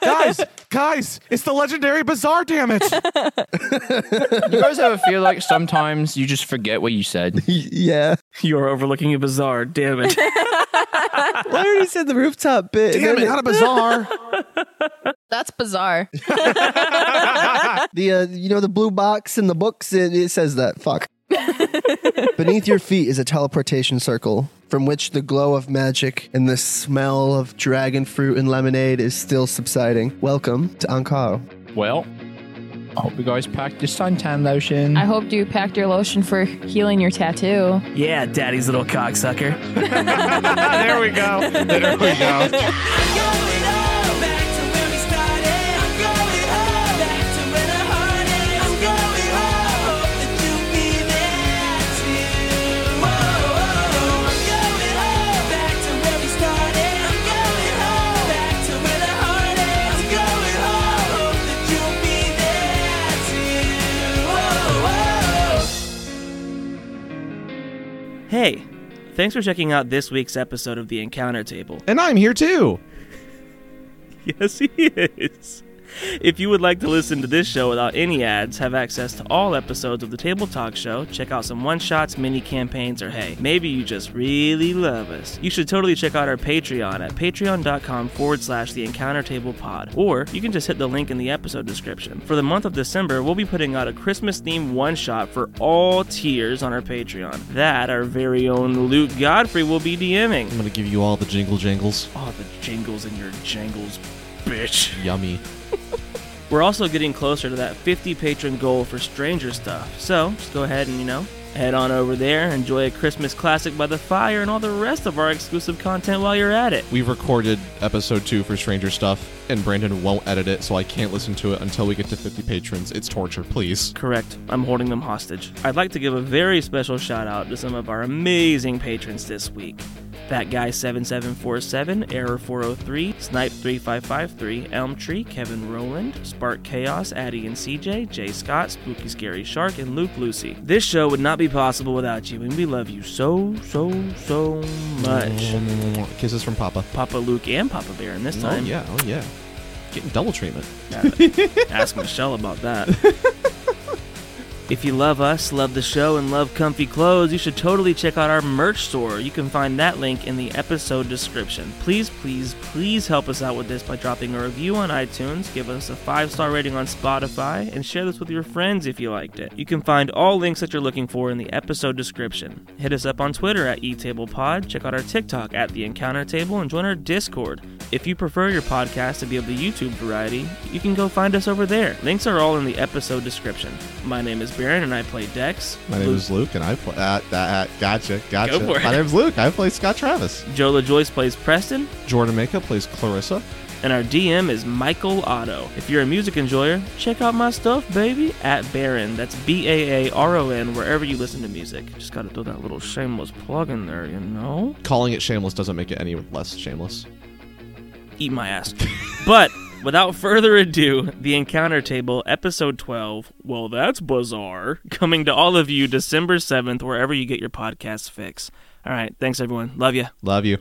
Speaker 2: guys, guys, it's the legendary bazaar, damn it.
Speaker 3: You guys ever feel like sometimes you just forget what you said?
Speaker 5: yeah,
Speaker 1: You're overlooking a bazaar. Damn it.
Speaker 4: That's
Speaker 2: I already said the rooftop bit.
Speaker 5: Damn it,
Speaker 2: not a bazaar.
Speaker 4: bizarre.
Speaker 5: The uh, you know the blue box in the books it, it says that fuck. Beneath your feet is a teleportation circle from which the glow of magic and the smell of dragon fruit and lemonade is still subsiding. Welcome to Ankaro.
Speaker 3: Well, I hope you guys packed your suntan lotion.
Speaker 4: I hoped you packed your lotion for healing your tattoo.
Speaker 1: yeah, daddy's little cocksucker.
Speaker 2: Ah, there we go. There we go.
Speaker 7: Going home, back to where we started. I'm going home, back to where the heart is. I'm going home, hope that you'll be there too. I'm going home, back to where we started. I'm going home, back to where the heart is. I'm going home, hope that you'll be there too.
Speaker 1: Hey, thanks for checking out this week's episode of The Encounter Table.
Speaker 2: And I'm here too.
Speaker 1: Yes, he is. If you would like to listen to this show without any ads, have access to all episodes of the Table Talk Show, check out some one shots, mini campaigns, or hey, maybe you just really love us. You should totally check out our Patreon at patreon.com forward slash the encounter table pod, or you can just hit the link in the episode description. For the month of December, we'll be putting out a Christmas themed one shot for all tiers on our Patreon. That our very own Luke Godfrey will be DMing.
Speaker 8: I'm gonna give you all the jingle jangles.
Speaker 1: Oh, the jingles in your jangles, bitch.
Speaker 8: Yummy.
Speaker 1: We're also getting closer to that 50 patron goal for Stranger Stuff, so just go ahead and, you know, head on over there, enjoy a Christmas classic by the fire, and all the rest of our exclusive content while you're at it.
Speaker 8: We recorded episode two for Stranger Stuff, and Brandon won't edit it, so I can't listen to it until we get to 50 patrons. It's torture, please.
Speaker 1: Correct, I'm holding them hostage. I'd like to give a very special shout out to some of our amazing patrons this week. That guy 7747, Error 403, Snipe 3553, Elm Tree, Kevin Rowland, Spark Chaos, Addie and CJ, Jay Scott, Spooky Scary Shark, and Luke Lucy. This show would not be possible without you, and we love you so, so, so much.
Speaker 8: Kisses from Papa.
Speaker 1: Papa Luke and Papa Bear in this
Speaker 8: Oh
Speaker 1: time.
Speaker 8: yeah, oh yeah. Getting double treatment.
Speaker 1: Ask Michelle about that. if you love us, love the show, and love comfy clothes, you should totally check out our merch store. You can find that link in the episode description. Please, please, please help us out with this by dropping a review on iTunes, give us a five star rating on Spotify, and share this with your friends if you liked it. You can find all links that you're looking for in the episode description. Hit us up on Twitter at eTablePod, check out our TikTok at The Encounter Table, and join our Discord. If you prefer your podcast to be of the YouTube variety, you can go find us over there. Links are all in the episode description. My name is Baron, and I play Dex.
Speaker 8: My name is Luke, and I play. Uh, uh, uh, gotcha, gotcha.
Speaker 3: Go for
Speaker 8: My
Speaker 3: it.
Speaker 8: name's Luke. I play Scott Travis.
Speaker 1: Jola Joyce plays Preston,
Speaker 8: Jordan Maka plays Clarissa.
Speaker 1: and our DM is Michael Otto. If you're a music enjoyer, check out my stuff, baby, at Baron. That's B A A R O N, wherever you listen to music. Just gotta throw that little shameless plug in there, you know?
Speaker 8: Calling it shameless doesn't make it any less shameless.
Speaker 1: eat my ass. but without further ado, the Encounter Table, episode 12. Well, that's bizarre. Coming to all of you December 7th, wherever you get your podcast fix. All right. Thanks, everyone. Love you.
Speaker 8: Love you.